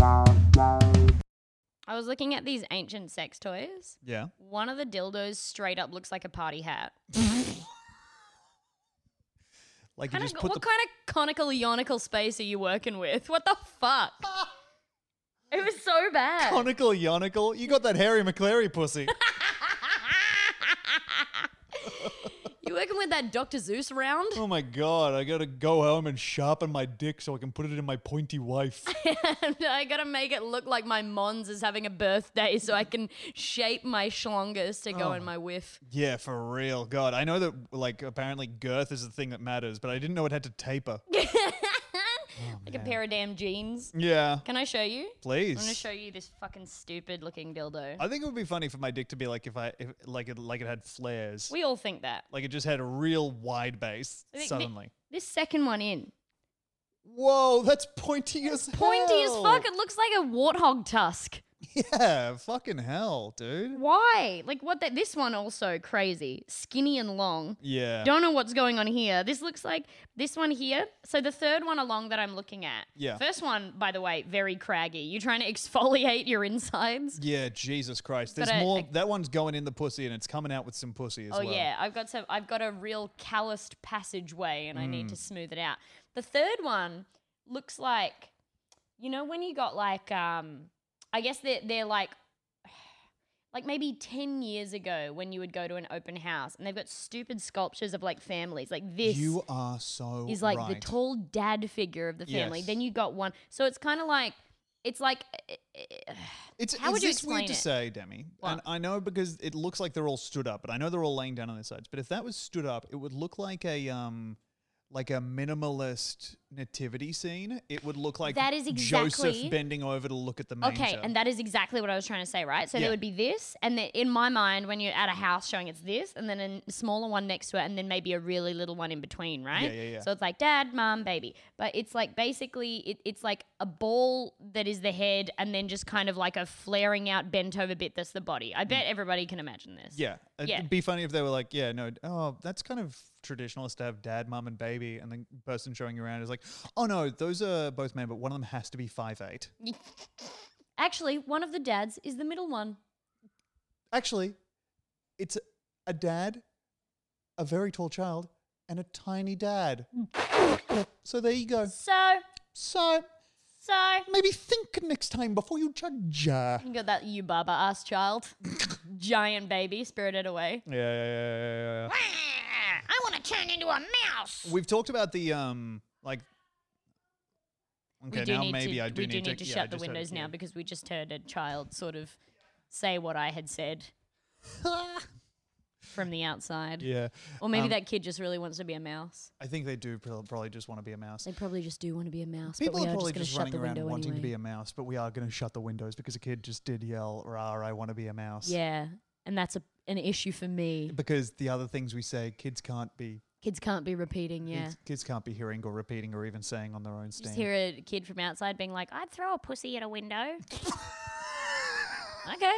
S4: I was looking at these ancient sex toys.
S3: Yeah.
S4: One of the dildos straight up looks like a party hat.
S3: Like you
S4: Kind
S3: just
S4: of,
S3: put
S4: what
S3: the
S4: kind of conical ionical space are you working with? What the fuck? it was so bad.
S3: conical yonical. You got that Harry McClary pussy.
S4: you working with that Dr. Zeus round?
S3: oh my god, I gotta go home and sharpen my dick so I can put it in my pointy wife.
S4: and I gotta make it look like my Mons is having a birthday so I can shape my schlongus to
S3: Oh.
S4: go in my whiff.
S3: yeah, for real. God, I know that like apparently girth is the thing that matters, but I didn't know it had to taper.
S4: like a pair of damn jeans.
S3: yeah,
S4: Can I show you?
S3: please.
S4: I'm gonna show you this fucking stupid looking dildo.
S3: I think it would be funny for my dick to be like if I if, like it like it had flares.
S4: we all think that.
S3: like it just had a real wide base
S4: I think thi-
S3: suddenly.
S4: This second one in.
S3: Whoa, that's pointy as
S4: Pointy as
S3: hell.
S4: fuck. It looks like a warthog tusk.
S3: Yeah, fucking hell, dude.
S4: Why? Like what that this one also crazy. Skinny and long.
S3: Yeah.
S4: Don't know what's going on here. This looks like this one here. So the third one along that I'm looking at.
S3: Yeah.
S4: First one, by the way, very craggy. You trying to exfoliate your insides?
S3: yeah, Jesus Christ.
S4: But
S3: There's
S4: I-
S3: more.
S4: I-
S3: that one's going in the pussy and it's coming out with some pussy as
S4: oh
S3: well.
S4: yeah, I've got some. I've got a real calloused passageway, and I need to
S3: Mm.
S4: smooth it out. The third one looks like, you know, when you got like, um, I guess they're they're like. Like maybe 10 years ago when you would go to an open house and they've got stupid sculptures of like families. Like this
S3: You are so.
S4: is like the
S3: right.
S4: tall dad figure of the family.
S3: Yes.
S4: Then you got one. So it's kind of like it's like eh,
S3: It's,
S4: How
S3: is
S4: would you
S3: this weird
S4: explain
S3: to
S4: it?
S3: say, Demi? And
S4: What?
S3: I know because it looks like they're all stood up, but I know they're all laying down on their sides. But if that was stood up, it would look like a um, like a minimalist nativity scene. It would look like
S4: That is exactly-
S3: Joseph bending over to look at the manger.
S4: okay, and that is exactly what I was trying to say, right? So
S3: Yeah.
S4: there would be this, and then in my mind, when you're at a house showing it's this, and then a smaller one next to it, and then maybe a really little one in between, right?
S3: yeah, yeah.
S4: So it's like dad, mom, baby, but it's like basically it, it's like a ball that is the head, and then just kind of like a flaring out bent over bit that's the body. I bet everybody can imagine this.
S3: Mm. yeah, it'd
S4: Yeah.
S3: be funny if they were like, yeah, no, oh, that's kind of traditionalist to have dad, mum, and baby, and the person showing you around is like, oh no, those are both men, but one of them has to be five eight.
S4: Actually, one of the dads is the middle one.
S3: Actually, it's a dad, a very tall child, and a tiny dad. so there you go.
S4: So,
S3: So
S4: so
S3: maybe think next time before you judge. Yeah,
S4: You got that you baba ass child. Giant baby spirited away.
S3: yeah, yeah, yeah, yeah,
S4: I want to turn into a mouse.
S3: yeah. We've talked about the um, like. Okay, now maybe
S4: to,
S3: I do
S4: we
S3: need,
S4: do need to
S3: yeah, I
S4: shut the
S3: just heard it,
S4: windows now
S3: yeah.
S4: because we just heard a child sort of say what I had said from the outside.
S3: Yeah,
S4: Or maybe
S3: Um,
S4: that kid just really wants to be a mouse.
S3: I think they do pro- probably just want to be a mouse.
S4: They probably just do want to be a mouse,
S3: People
S4: but we
S3: are
S4: are
S3: probably
S4: just going
S3: just,
S4: to
S3: running
S4: shut the
S3: around
S4: window
S3: wanting to be
S4: anyway.
S3: a mouse, but we are going to shut the windows because a kid just did yell, "Rah, I want to be a mouse."
S4: yeah, and that's a, an issue for me.
S3: Because the other things we say, kids can't be
S4: Kids can't be repeating, yeah.
S3: kids, kids can't be hearing or repeating or even saying on their own
S4: Just
S3: stand.
S4: hear a kid from outside being like, I'd throw a pussy at a window. okay.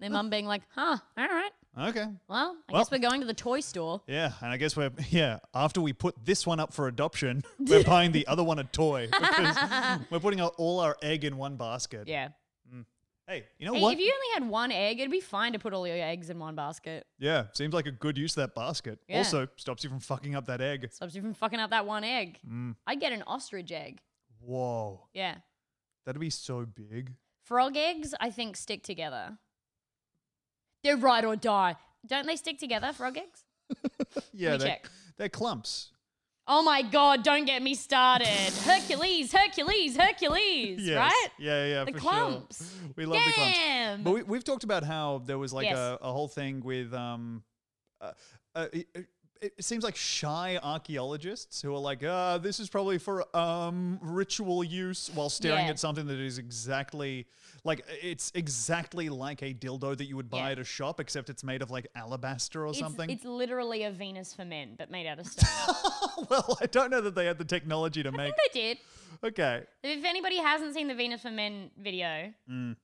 S4: Their mum being like, huh, all right.
S3: Okay.
S4: Well, I
S3: Well.
S4: guess we're going to the toy store.
S3: Yeah, and I guess we're yeah. After we put this one up for adoption, we're buying the other one a toy because we're putting our, all our egg in one basket.
S4: Yeah.
S3: Hey, you know
S4: Hey,
S3: what?
S4: if you only had one egg, it'd be fine to put all your eggs in one basket.
S3: yeah, seems like a good use of that basket.
S4: Yeah.
S3: Also stops you from fucking up that egg.
S4: Stops you from fucking up that one egg.
S3: Mm.
S4: I'd get an ostrich egg.
S3: Whoa,
S4: Yeah.
S3: that'd be so big.
S4: Frog eggs, I think, stick together. They're right or die. Don't they stick together, frog eggs?
S3: yeah, they're,
S4: me check.
S3: they're clumps.
S4: Oh my god, don't get me started. Hercules, Hercules, Hercules,
S3: Yes.
S4: right?
S3: Yeah, yeah,
S4: The
S3: for
S4: clumps.
S3: sure. We love the clumps.
S4: Damn.
S3: But we, we've talked about how there was like
S4: Yes.
S3: a, a whole thing with um, uh, uh, it, it- it seems like shy archaeologists who are like, uh, this is probably for um ritual use, while staring
S4: Yeah.
S3: at something that is exactly like it's exactly like a dildo that you would buy
S4: Yeah.
S3: at a shop, except it's made of like alabaster or
S4: it's,
S3: something.
S4: It's literally a Venus for men, but made out of stone.
S3: well, I don't know that they had the technology to
S4: I
S3: make.
S4: think they did.
S3: Okay,
S4: If anybody hasn't seen the Venus for Men video,
S3: Mm.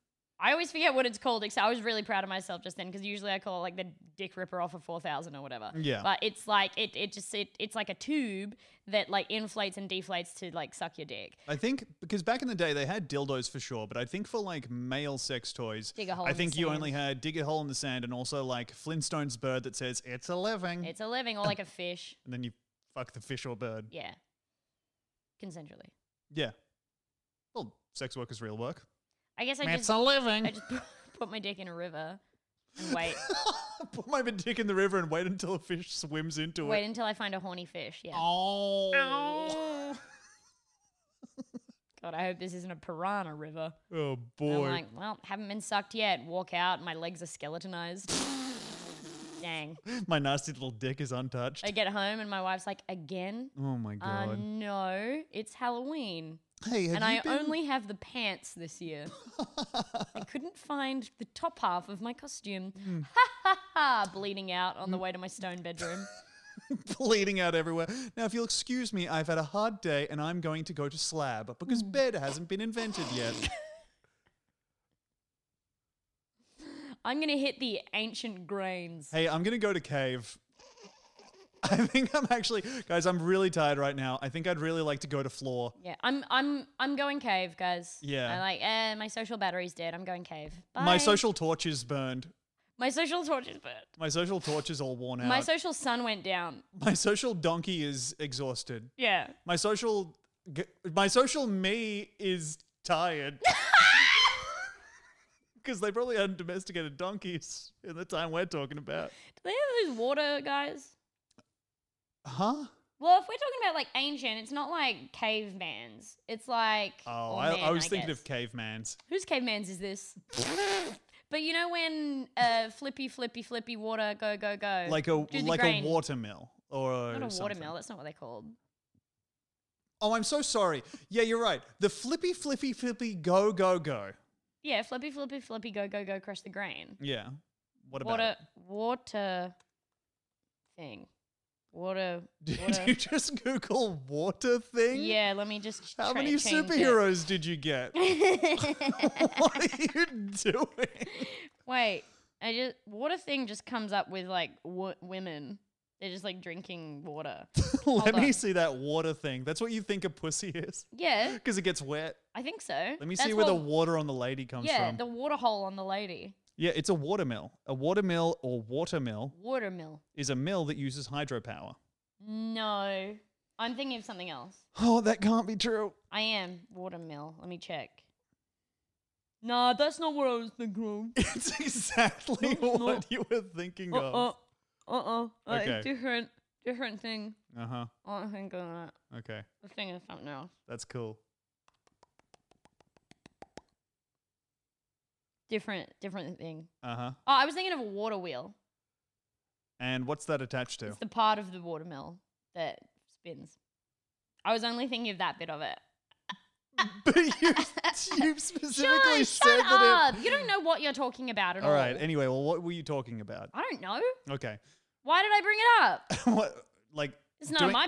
S4: I always forget what it's called. Except I was really proud of myself just then because usually I call it like the dick ripper off of four thousand or whatever.
S3: Yeah.
S4: But it's like it it just it, it's like a tube that like inflates and deflates to like suck your dick.
S3: I think because back in the day they had dildos for sure, but I think for like male sex toys,
S4: Dig a hole
S3: I
S4: in the
S3: think you
S4: sand.
S3: only had dig a hole in the sand and also like Flintstone's bird that says it's a living,
S4: It's a living or like a fish.
S3: and then you fuck the fish or bird.
S4: Yeah. Consensually.
S3: Yeah. Well, sex work is real work.
S4: I guess I
S5: It's
S4: just
S5: a living.
S4: I just put my dick in a river and wait.
S3: Put my dick in the river and wait until a fish swims into
S4: wait
S3: it.
S4: until I find a horny fish. Yeah.
S5: Oh.
S4: Ow. God, I hope this isn't a piranha river.
S3: Oh
S4: And
S3: boy.
S4: I'm like, well, haven't been sucked yet. Walk out, and my legs are skeletonized. Dang.
S3: my nasty little dick is untouched.
S4: I get home and my wife's like, again?
S3: oh my god.
S4: Uh, no, it's Halloween.
S3: hey, have
S4: and
S3: you
S4: I
S3: been-
S4: only have the pants this year. I couldn't find the top half of my costume.
S3: Hmm.
S4: Ha ha ha! Bleeding out on the way to my stone bedroom.
S3: bleeding out everywhere. Now, if you'll excuse me, I've had a hard day and I'm going to go to slab because
S4: Hmm.
S3: bed hasn't been invented yet.
S4: I'm gonna hit the ancient grains.
S3: hey, I'm going to go to cave. I think I'm actually, guys, I'm really tired right now. I think I'd really like to go to floor.
S4: Yeah, I'm I'm I'm going cave, guys.
S3: Yeah.
S4: I'm like, eh, my social battery's dead. I'm going cave. Bye.
S3: My social torch is burned.
S4: my social torch is burnt.
S3: My social torch is all worn out.
S4: My social sun went down.
S3: my social donkey is exhausted.
S4: Yeah.
S3: My social, g- my social me is tired. Because they probably hadn't domesticated donkeys in the time we're talking about.
S4: Do they ever lose water, guys?
S3: Huh?
S4: Well, if we're talking about like ancient, it's not like cavemans. It's like
S3: Oh,
S4: or
S3: I, I
S4: man,
S3: was thinking
S4: guess.
S3: of cavemans.
S4: whose cavemans is this? but you know when uh, flippy flippy flippy water go go go
S3: Like a
S4: do the
S3: like
S4: grain.
S3: a watermill or
S4: Not a
S3: something.
S4: watermill. That's not what they're called.
S3: Oh, I'm so sorry. Yeah, you're right. The flippy flippy flippy go go go.
S4: Yeah, flippy flippy flippy go go go crush the grain.
S3: Yeah. What about
S4: water
S3: it?
S4: water thing. Water.
S3: Did
S4: water.
S3: you just Google water thing?
S4: yeah, let me just.
S3: How
S4: try-
S3: many
S4: change
S3: superheroes did you get?
S4: it.
S3: what are you doing?
S4: Wait, I just water thing just comes up with like w- women. They're just like drinking water.
S3: Let
S4: Hold
S3: me
S4: on.
S3: see that water thing. That's what you think a pussy is
S4: Yeah,
S3: because it gets wet.
S4: I think so.
S3: Let me
S4: That's
S3: see where the
S4: what-
S3: water on the lady comes
S4: yeah
S3: from.
S4: the water hole on the lady
S3: yeah, it's a watermill. A watermill or watermill
S4: watermill.
S3: is a mill that uses hydropower.
S4: No, I'm thinking of something else.
S3: Oh, that can't be true.
S4: I am watermill. Let me check. Nah, that's not what I was thinking of.
S3: It's exactly
S4: No, no.
S3: what you were thinking
S4: Uh
S3: of.
S4: uh uh uh.
S3: Okay.
S4: Different different thing.
S3: Uh huh.
S4: I don't think of that.
S3: Okay,
S4: I think of something else.
S3: that's cool.
S4: Different different thing.
S3: Uh huh.
S4: Oh, I was thinking of a water wheel.
S3: And what's that attached to?
S4: It's the part of the watermill that spins. I was only thinking of that bit of it.
S3: but you, you specifically
S4: Sure,
S3: said
S4: shut
S3: that
S4: up! You don't know what you're talking about
S3: it.
S4: at
S3: All
S4: all.
S3: right. Anyway, well, what were you talking about?
S4: I don't know.
S3: Okay.
S4: Why did I bring it up?
S3: what? Like
S4: It's none
S3: doing,
S4: of my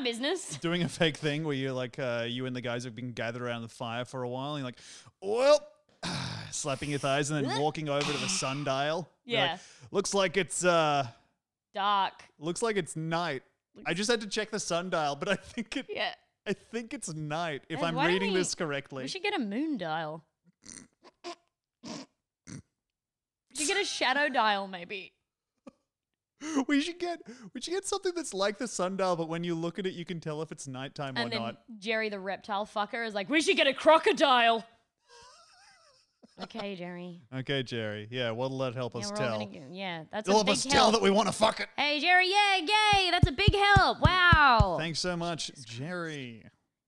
S4: business.
S3: doing a fake thing where you're like uh, you and the guys have been gathered around the fire for a while. And you're like, well, slapping your thighs and then walking over to the sundial. You're like,
S4: Yeah.
S3: Looks like it's uh,
S4: Dark.
S3: looks like it's night. I just had to check the sundial, but I think it
S4: Yeah.
S3: I think it's night, if
S4: Hey,
S3: I'm
S4: why don't
S3: reading this
S4: we-
S3: correctly.
S4: We should get a moon dial. we should get a shadow dial, maybe.
S3: we should get we should get something that's like the sundial, but when you look at it, you can tell if it's nighttime
S4: And
S3: or
S4: then
S3: not.
S4: Jerry the reptile fucker is like, we should get a crocodile. okay, Jerry.
S3: Okay, Jerry. Yeah, what'll that help
S4: yeah,
S3: us
S4: we're
S3: tell?
S4: all gonna go- yeah, that's
S3: It'll
S4: a
S3: help
S4: big
S3: us
S4: help.
S3: tell that we want to fuck it.
S4: Hey, Jerry, yay, yay! That's a big help. Wow.
S3: Thanks so much, Jerry.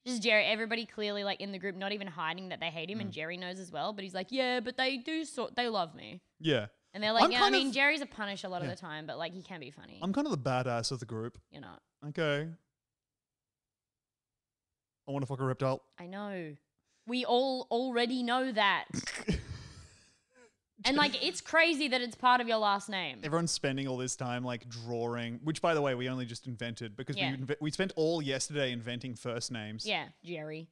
S4: Just Jerry, everybody clearly like in the group, not even hiding that they hate him, and
S3: Mm.
S4: Jerry knows as well. But he's like, yeah, but they do sort, they love me,
S3: Yeah.
S4: and they're like,
S3: I'm
S4: yeah. I
S3: kind
S4: mean,
S3: of-
S4: Jerry's a punish a lot
S3: Yeah.
S4: of the time, but like he can be funny.
S3: I'm kind of the badass of the group.
S4: You're not.
S3: Okay. I want to fuck a reptile.
S4: I know. We all already know that. and like, it's crazy that it's part of your last name.
S3: Everyone's spending all this time like drawing, which by the way, we only just invented because
S4: Yeah.
S3: we, inve- we spent all yesterday inventing first names.
S4: yeah, Jerry.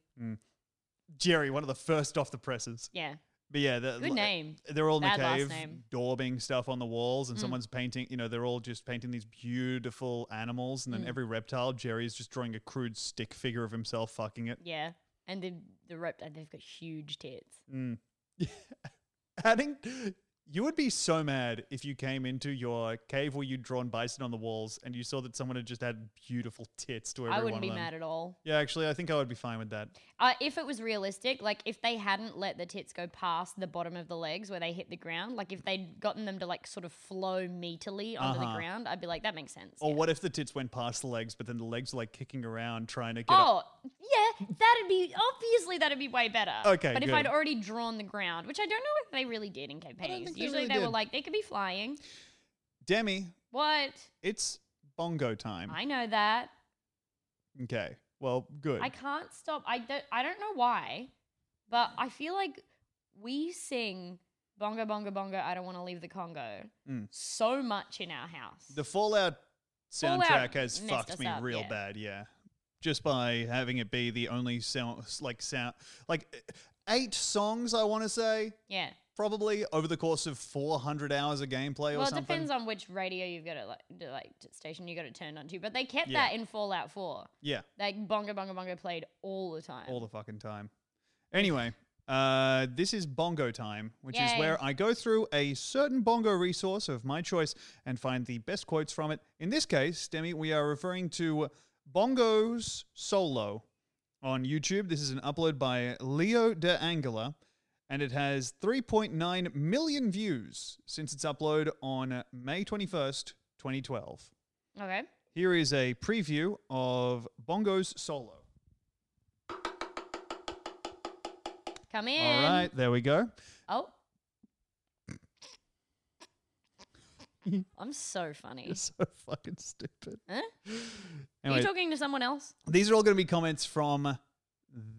S3: Jerry, one of the first off the presses.
S4: Yeah.
S3: But yeah, the,
S4: Good name.
S3: They're all in
S4: Bad
S3: the
S4: last
S3: cave,
S4: name. Mm.
S3: daubing stuff on the walls, and someone's painting. You know, they're all just painting these beautiful animals,
S4: Mm.
S3: and then every reptile, Jerry's just drawing a crude stick figure of himself fucking it.
S4: Yeah. And the the rope, they've got huge tits.
S3: Adding You would be so mad if you came into your cave where you'd drawn bison on the walls and you saw that someone had just had beautiful tits to every
S4: I
S3: one
S4: wouldn't be
S3: of them.
S4: mad at all.
S3: Yeah, actually, I think I would be fine with that.
S4: Uh, if it was realistic, like if they hadn't let the tits go past the bottom of the legs where they hit the ground, like if they'd gotten them to like sort of flow meatily onto
S3: Uh-huh.
S4: the ground, I'd be like, that makes sense.
S3: Or
S4: yeah.
S3: what if the tits went past the legs, but then the legs were like kicking around trying to get up?
S4: Oh, yeah, that'd be obviously that'd be way better.
S3: Okay,
S4: but if
S3: good.
S4: I'd already drawn the ground, which I don't know if they really did in campaigns.
S3: think they
S4: Usually
S3: really
S4: they were
S3: did.
S4: like they could be flying.
S3: Demi,
S4: What?
S3: it's bongo time.
S4: I know that.
S3: okay. Well, good.
S4: I can't stop. I don't, I don't know why, but I feel like we sing Bongo Bongo Bongo, I Don't Want to Leave the Congo
S3: Mm.
S4: so much in our house.
S3: the Fallout
S4: Fallout
S3: soundtrack has
S4: messed
S3: fucked
S4: us
S3: me
S4: up,
S3: real
S4: yeah.
S3: bad, yeah. Just by having it be the only sound, like sound, like eh, eight songs, I want to say,
S4: yeah.
S3: probably over the course of 400 hours of gameplay or
S4: Well, it
S3: something.
S4: depends on which radio you've got it, like, the, like t- station you got it turned onto. But they kept
S3: Yeah.
S4: that in Fallout 4.
S3: yeah,
S4: Like Bongo Bongo Bongo played all the time.
S3: all the fucking time. Anyway, uh, this is bongo time, which is
S4: Yay.
S3: where I go through a certain bongo resource of my choice and find the best quotes from it. In this case, Demi, we are referring to Bongo's Solo on YouTube. This is an upload by Leo de Angela, and it has 3.9 million views since its upload on May 21st, 2012.
S4: okay.
S3: Here is a preview of Bongo's solo.
S4: Come in.
S3: All right, there we go.
S4: Oh. I'm so funny.
S3: It's so fucking stupid.
S4: Huh? Are
S3: Anyway,
S4: you talking to someone else?
S3: these are all going to be comments from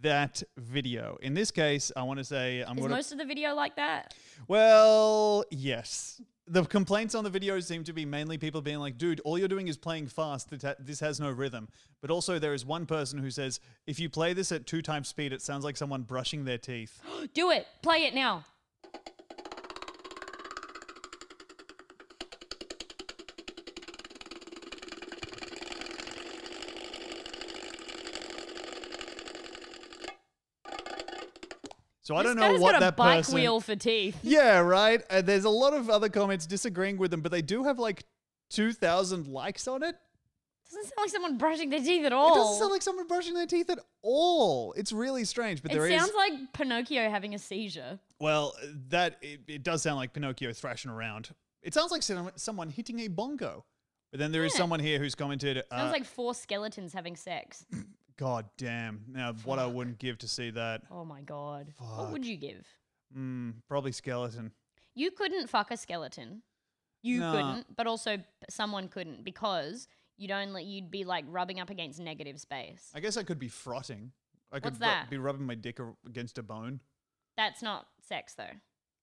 S3: that video. In this case, I want to say I'm
S4: Is
S3: going to.
S4: most of the video like that?
S3: Well, yes. The complaints on the video seem to be mainly people being like, dude, all you're doing is playing fast. That ha- This has no rhythm. But also, there is one person who says, if you play this at two times speed, it sounds like someone brushing their teeth.
S4: Do it. Play it now.
S3: So I
S4: This
S3: don't know
S4: guy's
S3: what
S4: got a
S3: that
S4: bike
S3: person.
S4: wheel for teeth.
S3: Yeah, right. Uh, there's a lot of other comments disagreeing with them, but they do have like 2,000 likes on it.
S4: Doesn't sound like someone brushing their teeth
S3: It
S4: at all.
S3: doesn't sound like someone brushing their teeth at all. It's really strange, but
S4: It
S3: there is.
S4: sounds like Pinocchio having a seizure.
S3: well, that it, it does sound like Pinocchio thrashing around. It sounds like some- someone hitting a bongo. But then there is someone here who's commented, uh,
S4: sounds like four skeletons having sex.
S3: God damn. Now, what I wouldn't give to see that.
S4: Oh my god. What would you give?
S3: Mm, probably skeleton.
S4: You couldn't fuck a skeleton. You
S3: Nah.
S4: couldn't, but also p- someone couldn't because you'd only you'd be like rubbing up against negative space.
S3: I guess I could be frotting. I could
S4: What's
S3: ru-
S4: that?
S3: be rubbing my dick ar- against a bone.
S4: That's not sex though.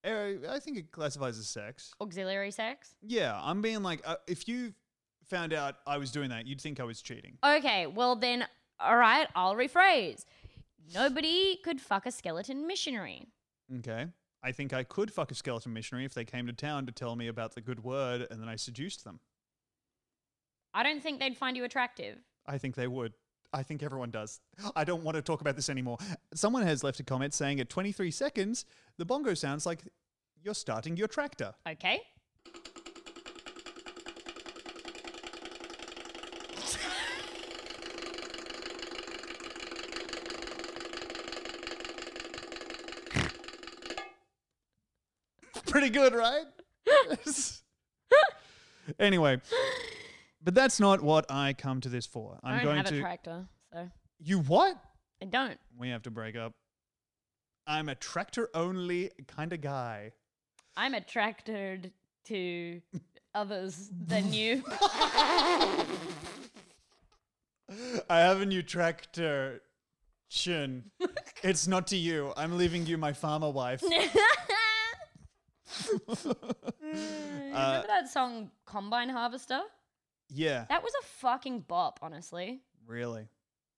S3: Eh, I think it classifies as sex.
S4: Auxiliary sex.
S3: Yeah, I'm being like, uh, if you found out I was doing that, you'd think I was cheating.
S4: Okay, well then, all right, I'll rephrase. Nobody could fuck a skeleton missionary.
S3: Okay. I think I could fuck a skeleton missionary if they came to town to tell me about the good word and then I seduced them.
S4: I don't think they'd find you attractive.
S3: I think they would. I think everyone does. I don't want to talk about this anymore. Someone has left a comment saying at 23 seconds, the bongo sounds like you're starting your tractor.
S4: Okay.
S3: Pretty good, right? anyway, but that's not what I come to this for. I'm
S4: I don't
S3: going
S4: have
S3: to.
S4: a tractor, so
S3: you what?
S4: I don't.
S3: We have to break up. I'm a tractor only kind of guy.
S4: I'm attracted to others than you.
S3: I have a new tractor. Chin. it's not to you. I'm leaving you my farmer wife. Uh,
S4: Remember that song Combine Harvester?
S3: yeah,
S4: That was a fucking bop, honestly.
S3: really.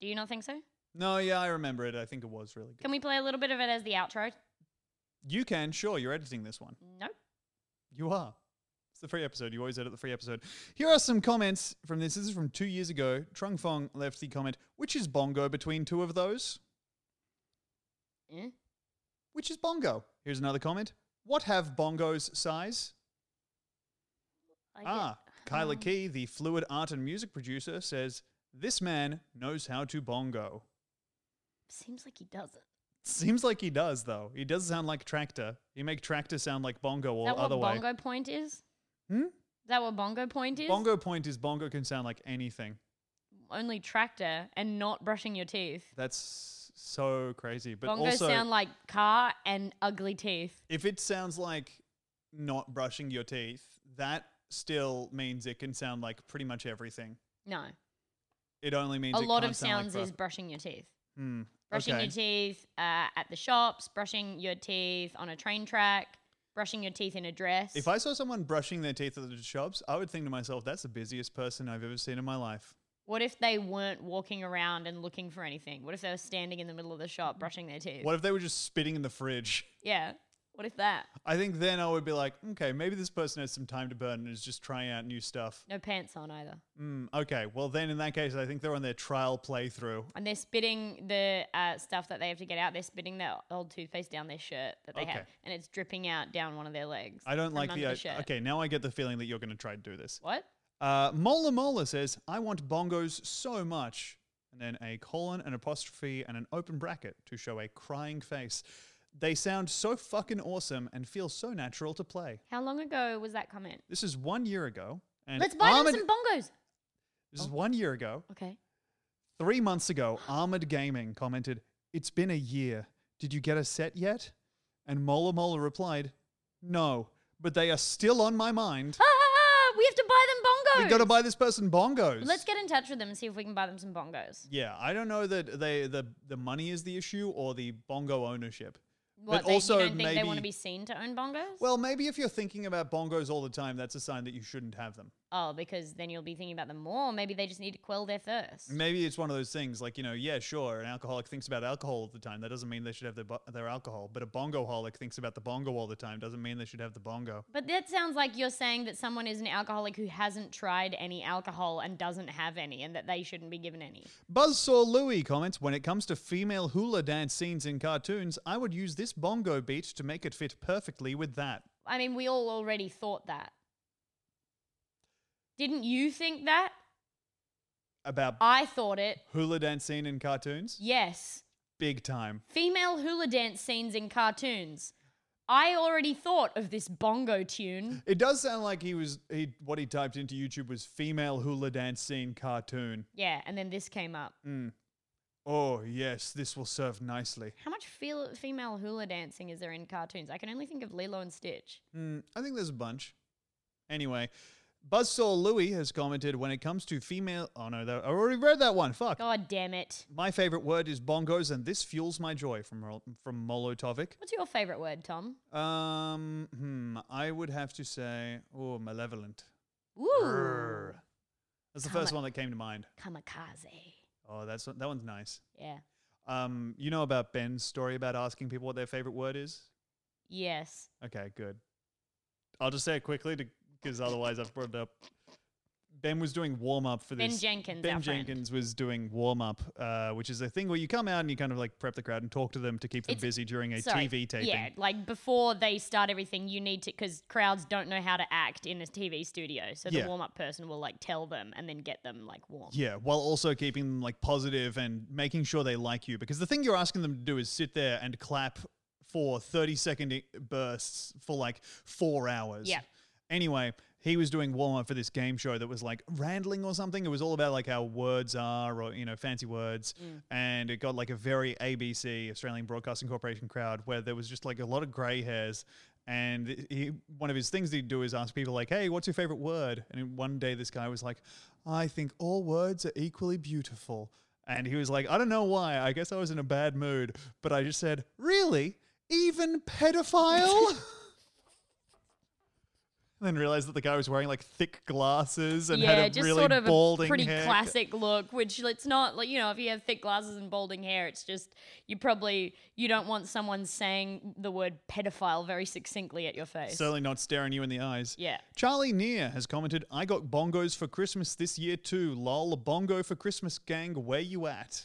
S4: Do you not think so?
S3: No, yeah, I remember it. I think it was really good.
S4: Can we play a little bit of it as the outro?
S3: you can, sure. You're editing this one.
S4: No.
S3: You are. It's the free episode. You always edit the free episode. Here are some comments from this. This is from two years ago. Trung Fong left the comment, which is bongo between two of those?
S4: Eh?
S3: Which is bongo? Here's another comment. What have bongos size?
S4: I um,
S3: ah, Kyla Key, the fluid art and music producer, says this man knows how to bongo.
S4: get- seems like he doesn't.
S3: Seems like he does though. He does sound like tractor. He make tractor sound like bongo
S4: Is
S3: or
S4: that what
S3: other way.
S4: bongo point is? Is
S3: Hmm?
S4: that what bongo point is?
S3: Bongo point is bongo can sound like anything.
S4: Only tractor and not brushing your teeth.
S3: That's so crazy. But
S4: Bongos
S3: also,
S4: sound like car and ugly teeth.
S3: if it sounds like not brushing your teeth, that still means it can sound like pretty much everything.
S4: No.
S3: It only means
S4: A
S3: it
S4: lot
S3: can't
S4: of
S3: sound
S4: sounds
S3: like
S4: is
S3: bru-
S4: brushing your teeth.
S3: Hmm,
S4: Brushing
S3: okay.
S4: your teeth uh, at the shops, brushing your teeth on a train track, brushing your teeth in a dress.
S3: If I saw someone brushing their teeth at the shops, I would think to myself, "That's the busiest person I've ever seen in my life."
S4: what if they weren't walking around and looking for anything? What if they were standing in the middle of the shop brushing their teeth?
S3: What if they were just spitting in the fridge?
S4: yeah. What if that?
S3: I think then I would be like, "Okay, maybe this person has some time to burn and is just trying out new stuff."
S4: No pants on either.
S3: Mm, okay, well then in that case, I think they're on their trial playthrough.
S4: And they're spitting the uh, stuff that they have to get out. They're spitting their old toothpaste down their shirt that they have,
S3: Okay.
S4: and it's dripping out down one of their legs.
S3: I don't
S4: from
S3: like the,
S4: under
S3: i-
S4: shirt.
S3: okay. Now I get the feeling that you're going to try to do this.
S4: What?
S3: Uh, Mola Mola says, "I want bongos so much," and then a colon, an apostrophe, and an open bracket to show a crying face. They sound so fucking awesome and feel so natural to play.
S4: How long ago was that comment?
S3: This is one year ago, and
S4: Let's buy
S3: Armored-
S4: them some bongos.
S3: This is one year ago.
S4: Okay.
S3: Three months ago, Armored Gaming commented, It's been a year. Did you get a set yet? And Mola Mola replied, No, but they are still on my mind.
S4: Ah, we have to buy them bongos.
S3: We gotta buy this person bongos.
S4: Let's get in touch with them and see if we can buy them some bongos.
S3: Yeah, I don't know that they the the money is the issue or the bongo ownership.
S4: What?
S3: but
S4: they,
S3: also
S4: you don't think they want
S3: maybe-
S4: to be seen to own bongos?
S3: Well, maybe if you're thinking about bongos all the time, that's a sign that you shouldn't have them.
S4: oh, because then you'll be thinking about them more. Maybe they just need to quell their thirst.
S3: Maybe it's one of those things like, you know, yeah, sure, an alcoholic thinks about alcohol all the time. That doesn't mean they should have their, bo- their alcohol. But a bongoholic thinks about the bongo all the time. Doesn't mean they should have the bongo.
S4: But that sounds like you're saying that someone is an alcoholic who hasn't tried any alcohol and doesn't have any, and that they shouldn't be given any.
S3: Buzzsaw Louie comments When it comes to female hula dance scenes in cartoons, I would use this bongo beat to make it fit perfectly with that.
S4: I mean, we all already thought that. Didn't you think that?
S3: About
S4: I thought it.
S3: hula dance scene in cartoons?
S4: Yes.
S3: Big time.
S4: Female hula dance scenes in cartoons. I already thought of this bongo tune.
S3: It does sound like he was he what he typed into YouTube was female hula dance scene cartoon. Hmm.
S4: Yeah, and then this came up.
S3: Oh yes, this will serve nicely.
S4: How much fe- female hula dancing is there in cartoons? I can only think of Lilo and Stitch.
S3: Hmm, I think there's a bunch. Anyway, Buzzsaw Louie has commented when it comes to female. Oh no, that, I already read that one. Fuck.
S4: God damn it.
S3: My favorite word is bongos, and this fuels my joy from Rol- from Molotovic.
S4: What's your favorite word, Tom?
S3: Um, hmm, I would have to say, oh, malevolent.
S4: Ooh.
S3: Grr. That's the
S4: Come
S3: first
S4: on.
S3: one that came to mind.
S4: Kamikaze.
S3: Oh, that's that one's nice.
S4: Yeah.
S3: Um, you know about Ben's story about asking people what their favorite word is?
S4: Yes.
S3: Okay, good. I'll just say it quickly because otherwise I've brought it up. Ben was doing warm up for
S4: Ben
S3: this.
S4: Jenkins,
S3: Ben
S4: our friend.
S3: Jenkins was doing warm up, uh, which is a thing where you come out and you kind of like prep the crowd and talk to them to keep them
S4: It's-
S3: busy during a
S4: Sorry.
S3: TV taping.
S4: Yeah, like before they start everything, you need to, because crowds don't know how to act in a TV studio. So the
S3: Yeah.
S4: warm up person will like tell them and then get them like warm.
S3: Yeah, while also keeping them like positive and making sure they like you because the thing you're asking them to do is sit there and clap for 30 second i- bursts for like 4 hours.
S4: Yeah.
S3: Anyway, he was doing warm up for this game show that was like randling or something. It was all about like how words are or you know fancy words and it got like a very ABC Australian Broadcasting Corporation crowd where there was just like a lot of gray hairs and he, one of his things that he'd do is ask people like, "Hey, what's your favorite word?" And then one day, this guy was like, "I think all words are equally beautiful." And he was like, "I don't know why. I guess I was in a bad mood, but I just said, really, even pedophile." and then realized that the guy was wearing like thick glasses and
S4: yeah,
S3: had a
S4: just
S3: really
S4: sort of
S3: balding
S4: a pretty
S3: haircut.
S4: classic look, which it's not like you know, if you have thick glasses and balding hair, it's just you probably you don't want someone saying the word pedophile very succinctly at your face.
S3: Certainly not staring you in the eyes.
S4: Yeah.
S3: Charlie Neer has commented, I got bongos for Christmas this year too. Lol, bongo for Christmas gang, where you at?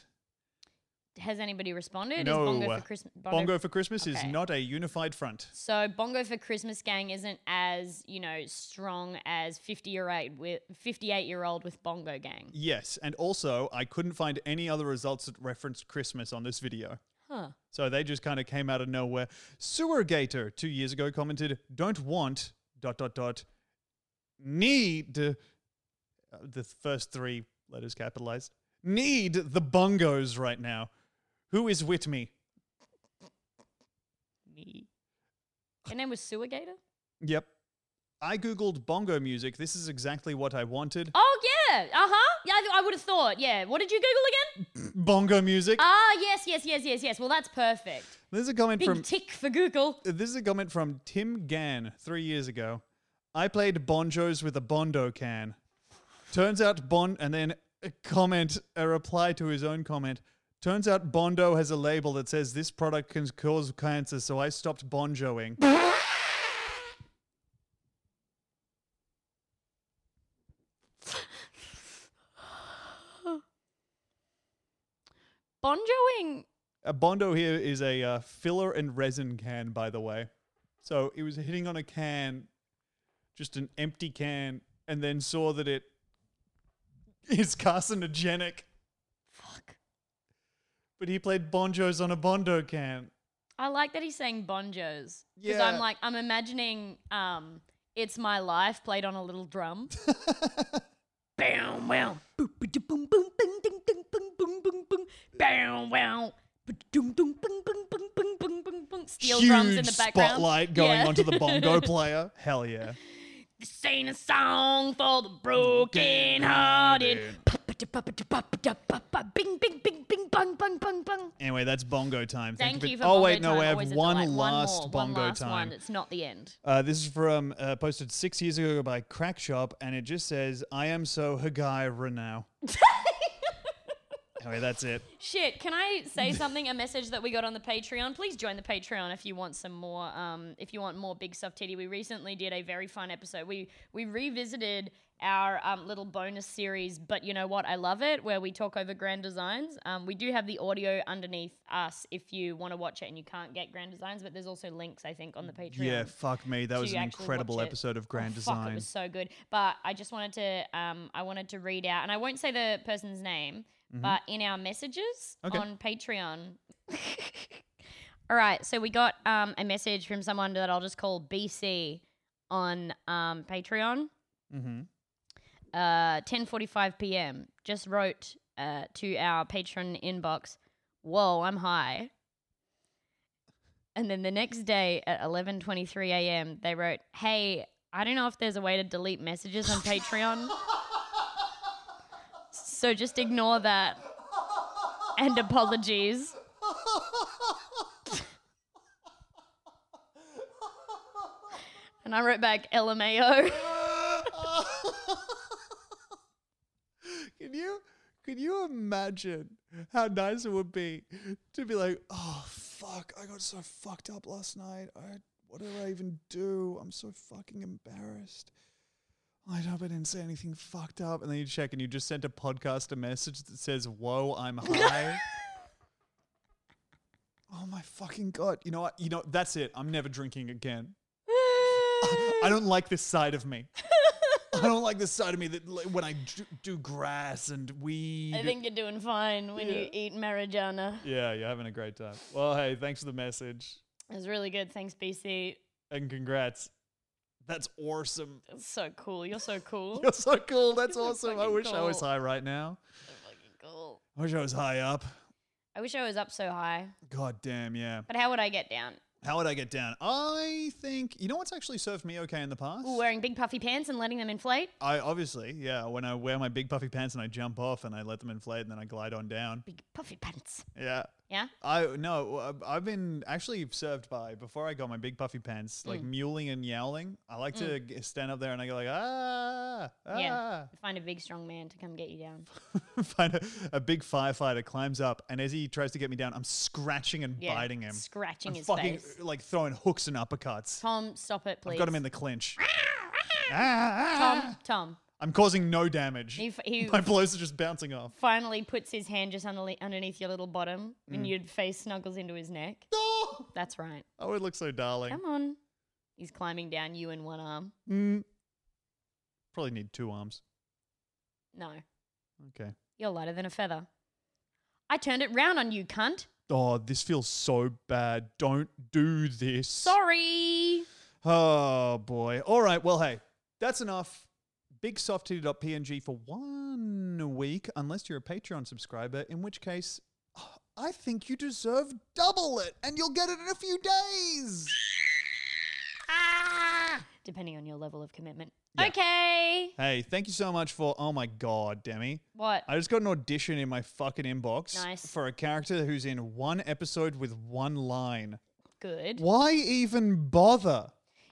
S4: has anybody responded?
S3: no,
S4: Is Bongo for Christmas.
S3: Bongo for Christmas is
S4: Okay.
S3: not a unified front.
S4: So Bongo for Christmas gang isn't as you know strong as fifty year eight with fifty eight year old with Bongo gang.
S3: Yes, and also I couldn't find any other results that referenced Christmas on this video.
S4: Huh.
S3: So they just kind of came out of nowhere. Sewer Gator two years ago commented, "Don't want dot dot dot need uh, the first three letters capitalized need the bongos right now. Who is with me?
S4: Me. Her name was Sewer Gator.
S3: Yep." I googled bongo music. This is exactly what I wanted.
S4: Oh yeah. Uh huh. Yeah, I, I would have thought. Yeah. What did you Google again?
S3: Bongo music.
S4: Ah yes, yes, yes, yes, yes. Well, that's perfect.
S3: There's a comment
S4: Big
S3: from
S4: tick for Google.
S3: This is a comment from Tim Gann three years ago. I played Bonjos with a Bondo can. Turns out Bon, and then a comment, a reply to his own comment. Turns out Bondo has a label that says this product can cause cancer, so I stopped Bonjoing.
S4: Bonjoing.
S3: a Bondo here is a uh, filler and resin can, by the way. So it was hitting on a can, just an empty can, and then saw that it is carcinogenic.
S4: Fuck.
S3: But he played Bonjos on a Bondo can.
S4: I like that he's saying bonjos. Because
S3: Yeah.
S4: I'm like, I'm imagining um, It's My Life played on a little drum. Bam, wow. Boop, ba, da, boom, boom, bing, ding, ding, bing, boom, boom, boom. Bam, wow. Ba, da, doom, doom, bing, bing, bing, bing, bing, bing, bing. Steel drums in
S3: Huge
S4: the background.
S3: spotlight going
S4: Yeah.
S3: onto the bongo player. Hell yeah.
S4: this ain't a song for the broken hearted. Bing, bing, bing, bing, bang, bang, bang, bang.
S3: Anyway, that's bongo time.
S4: Thank you for
S3: Oh
S4: bongo
S3: wait, no,
S4: time.
S3: I have
S4: Always a
S3: one
S4: delight.
S3: last
S4: more,
S3: bongo
S4: one last
S3: time.
S4: One. It's not the end.
S3: Uh, this is from uh, posted six years ago by Crack Shop, and it just says, "I am so Hagai Renau." anyway, that's it.
S4: Shit, can I say something? A message that we got on the Patreon. Please join the Patreon if you want some more. Um, if you want more big stuff, Titty. We recently did a very fun episode. We we revisited our um, little bonus series, but you know what? I love it where we talk over grand designs. Um, we do have the audio underneath us if you want to watch it and you can't get grand designs, but there's also links I think on the Patreon.
S3: Yeah, fuck me, that
S4: to
S3: was an
S4: actually
S3: incredible
S4: watch it.
S3: episode of Grand
S4: Oh,
S3: Design.
S4: Fuck, it was so good. But I just wanted to, um, I wanted to read out, and I won't say the person's name, but in our messages
S3: Mm-hmm. Okay.
S4: on Patreon. All right, so we got um, a message from someone that I'll just call BC on um, Patreon.
S3: mm-hmm.
S4: Uh, 10:45 p.m. Just wrote uh, to our Patreon inbox. Whoa, I'm high. And then the next day at 11:23 a.m., they wrote, "Hey, I don't know if there's a way to delete messages on Patreon, so just ignore that." And apologies. and I wrote back, "LMAO."
S3: can you can you imagine how nice it would be to be like, oh fuck, I got so fucked up last night. I what did I even do? I'm so fucking embarrassed. I hope I didn't say anything fucked up. And then you check and you just sent a podcast a message that says, Whoa, I'm high. oh my fucking god. You know what? You know, that's it. I'm never drinking again. I don't like this side of me. I don't like this side of me that like, when I d- do grass and weed.
S4: I think you're doing fine when you eat marijuana.
S3: yeah, you're having a great time. Well, hey, thanks for the message
S4: It was really good. Thanks, BC.
S3: and congrats. That's awesome.
S4: It's so cool. You're so cool.
S3: You're so cool. That's
S4: You're so
S3: awesome. I
S4: fucking
S3: wish I was
S4: cool.
S3: high right now.
S4: so fucking cool.
S3: I wish I was high up.
S4: I wish I was up so high.
S3: God damn, yeah.
S4: But how would I get down?
S3: How would I get down? I think you know what's actually served me okay in the past.
S4: Ooh, wearing big puffy pants and letting them inflate.
S3: I obviously, yeah, when I wear my big puffy pants and I jump off and I let them inflate and then I glide on down.
S4: Big puffy pants.
S3: Yeah.
S4: Yeah?
S3: I no, I- I've been actually served by before I got my big puffy pants, like
S4: Mm.
S3: mewling and yowling. I like to g- stand up there and I go like ah, ah.
S4: Yeah. Find a big strong man to come get you down.
S3: Find a, a big firefighter climbs up, and as he tries to get me down, I'm scratching and
S4: Yeah,
S3: biting him,
S4: scratching
S3: I'm
S4: his
S3: fucking
S4: face.
S3: like throwing hooks and uppercuts.
S4: Tom, stop it, please.
S3: I've got him in the clinch. Ah, ah,
S4: Tom, Tom,
S3: I'm causing no damage.
S4: He f- he-
S3: My blows are just bouncing off.
S4: Finally puts his hand just underle- underneath your little bottom and
S3: Mm.
S4: your face snuggles into his neck.
S3: No!
S4: That's right.
S3: Oh, it looks so darling.
S4: Come on. He's climbing down you in one arm.
S3: Mm. Probably need two arms.
S4: No.
S3: Okay.
S4: You're lighter than a feather. I turned it round on you, cunt.
S3: Oh, this feels so bad. Don't do this.
S4: Sorry.
S3: Oh boy. All right. Well, hey, that's enough. Big BigSofttitty.png for one week, unless you're a Patreon subscriber, in which case, I think you deserve double it, and you'll get it in a few days.
S4: Depending on your level of commitment.
S3: Yeah.
S4: Okay.
S3: Hey, thank you so much for. Oh my god, Demi.
S4: What?
S3: I just got an audition in my fucking inbox
S4: Nice.
S3: for a character who's in one episode with one line.
S4: Good.
S3: Why even bother?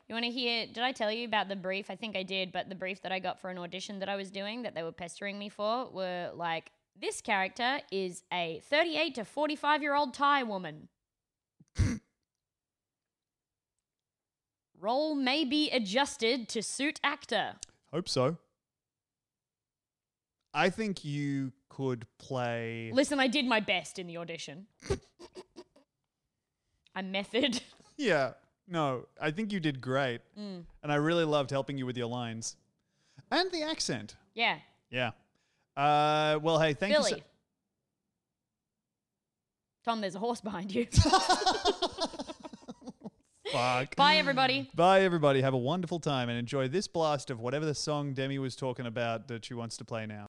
S4: You want to hear? Did I tell you about the brief? I think I did, but the brief that I got for an audition that I was doing that they were pestering me for were like, this character is a 38 to 45 year old Thai woman. Role may be adjusted to suit actor.
S3: Hope so. I think you could play.
S4: Listen, I did my best in the audition. I method.
S3: Yeah. No, I think you did great. And I really loved helping you with your lines and the accent.
S4: Yeah.
S3: Yeah. Uh, well, hey, thank
S4: Billy.
S3: you. So-
S4: Tom, there's a horse behind you.
S3: Fuck.
S4: Bye, everybody.
S3: Bye, everybody. Have a wonderful time and enjoy this blast of whatever the song Demi was talking about that she wants to play now.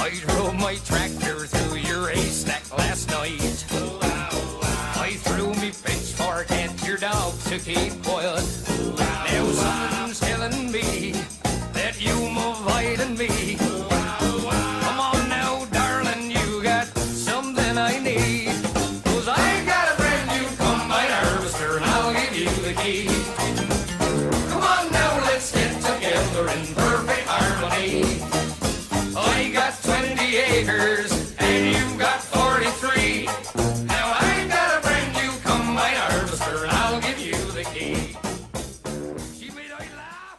S6: I drove my tractor through your haystack last night. I threw me pitchfork at your dog to keep quiet. Now someone's telling me that you avoiding me. Come on now, darling, you got something I need. 'Cause I got a brand new combine harvester and I'll give you the key. Come on now, let's get together in perfect harmony. I Oh, got 20 acres and you got 43. Now I got a brand new combine harvester and I'll give you the key. She made I laugh.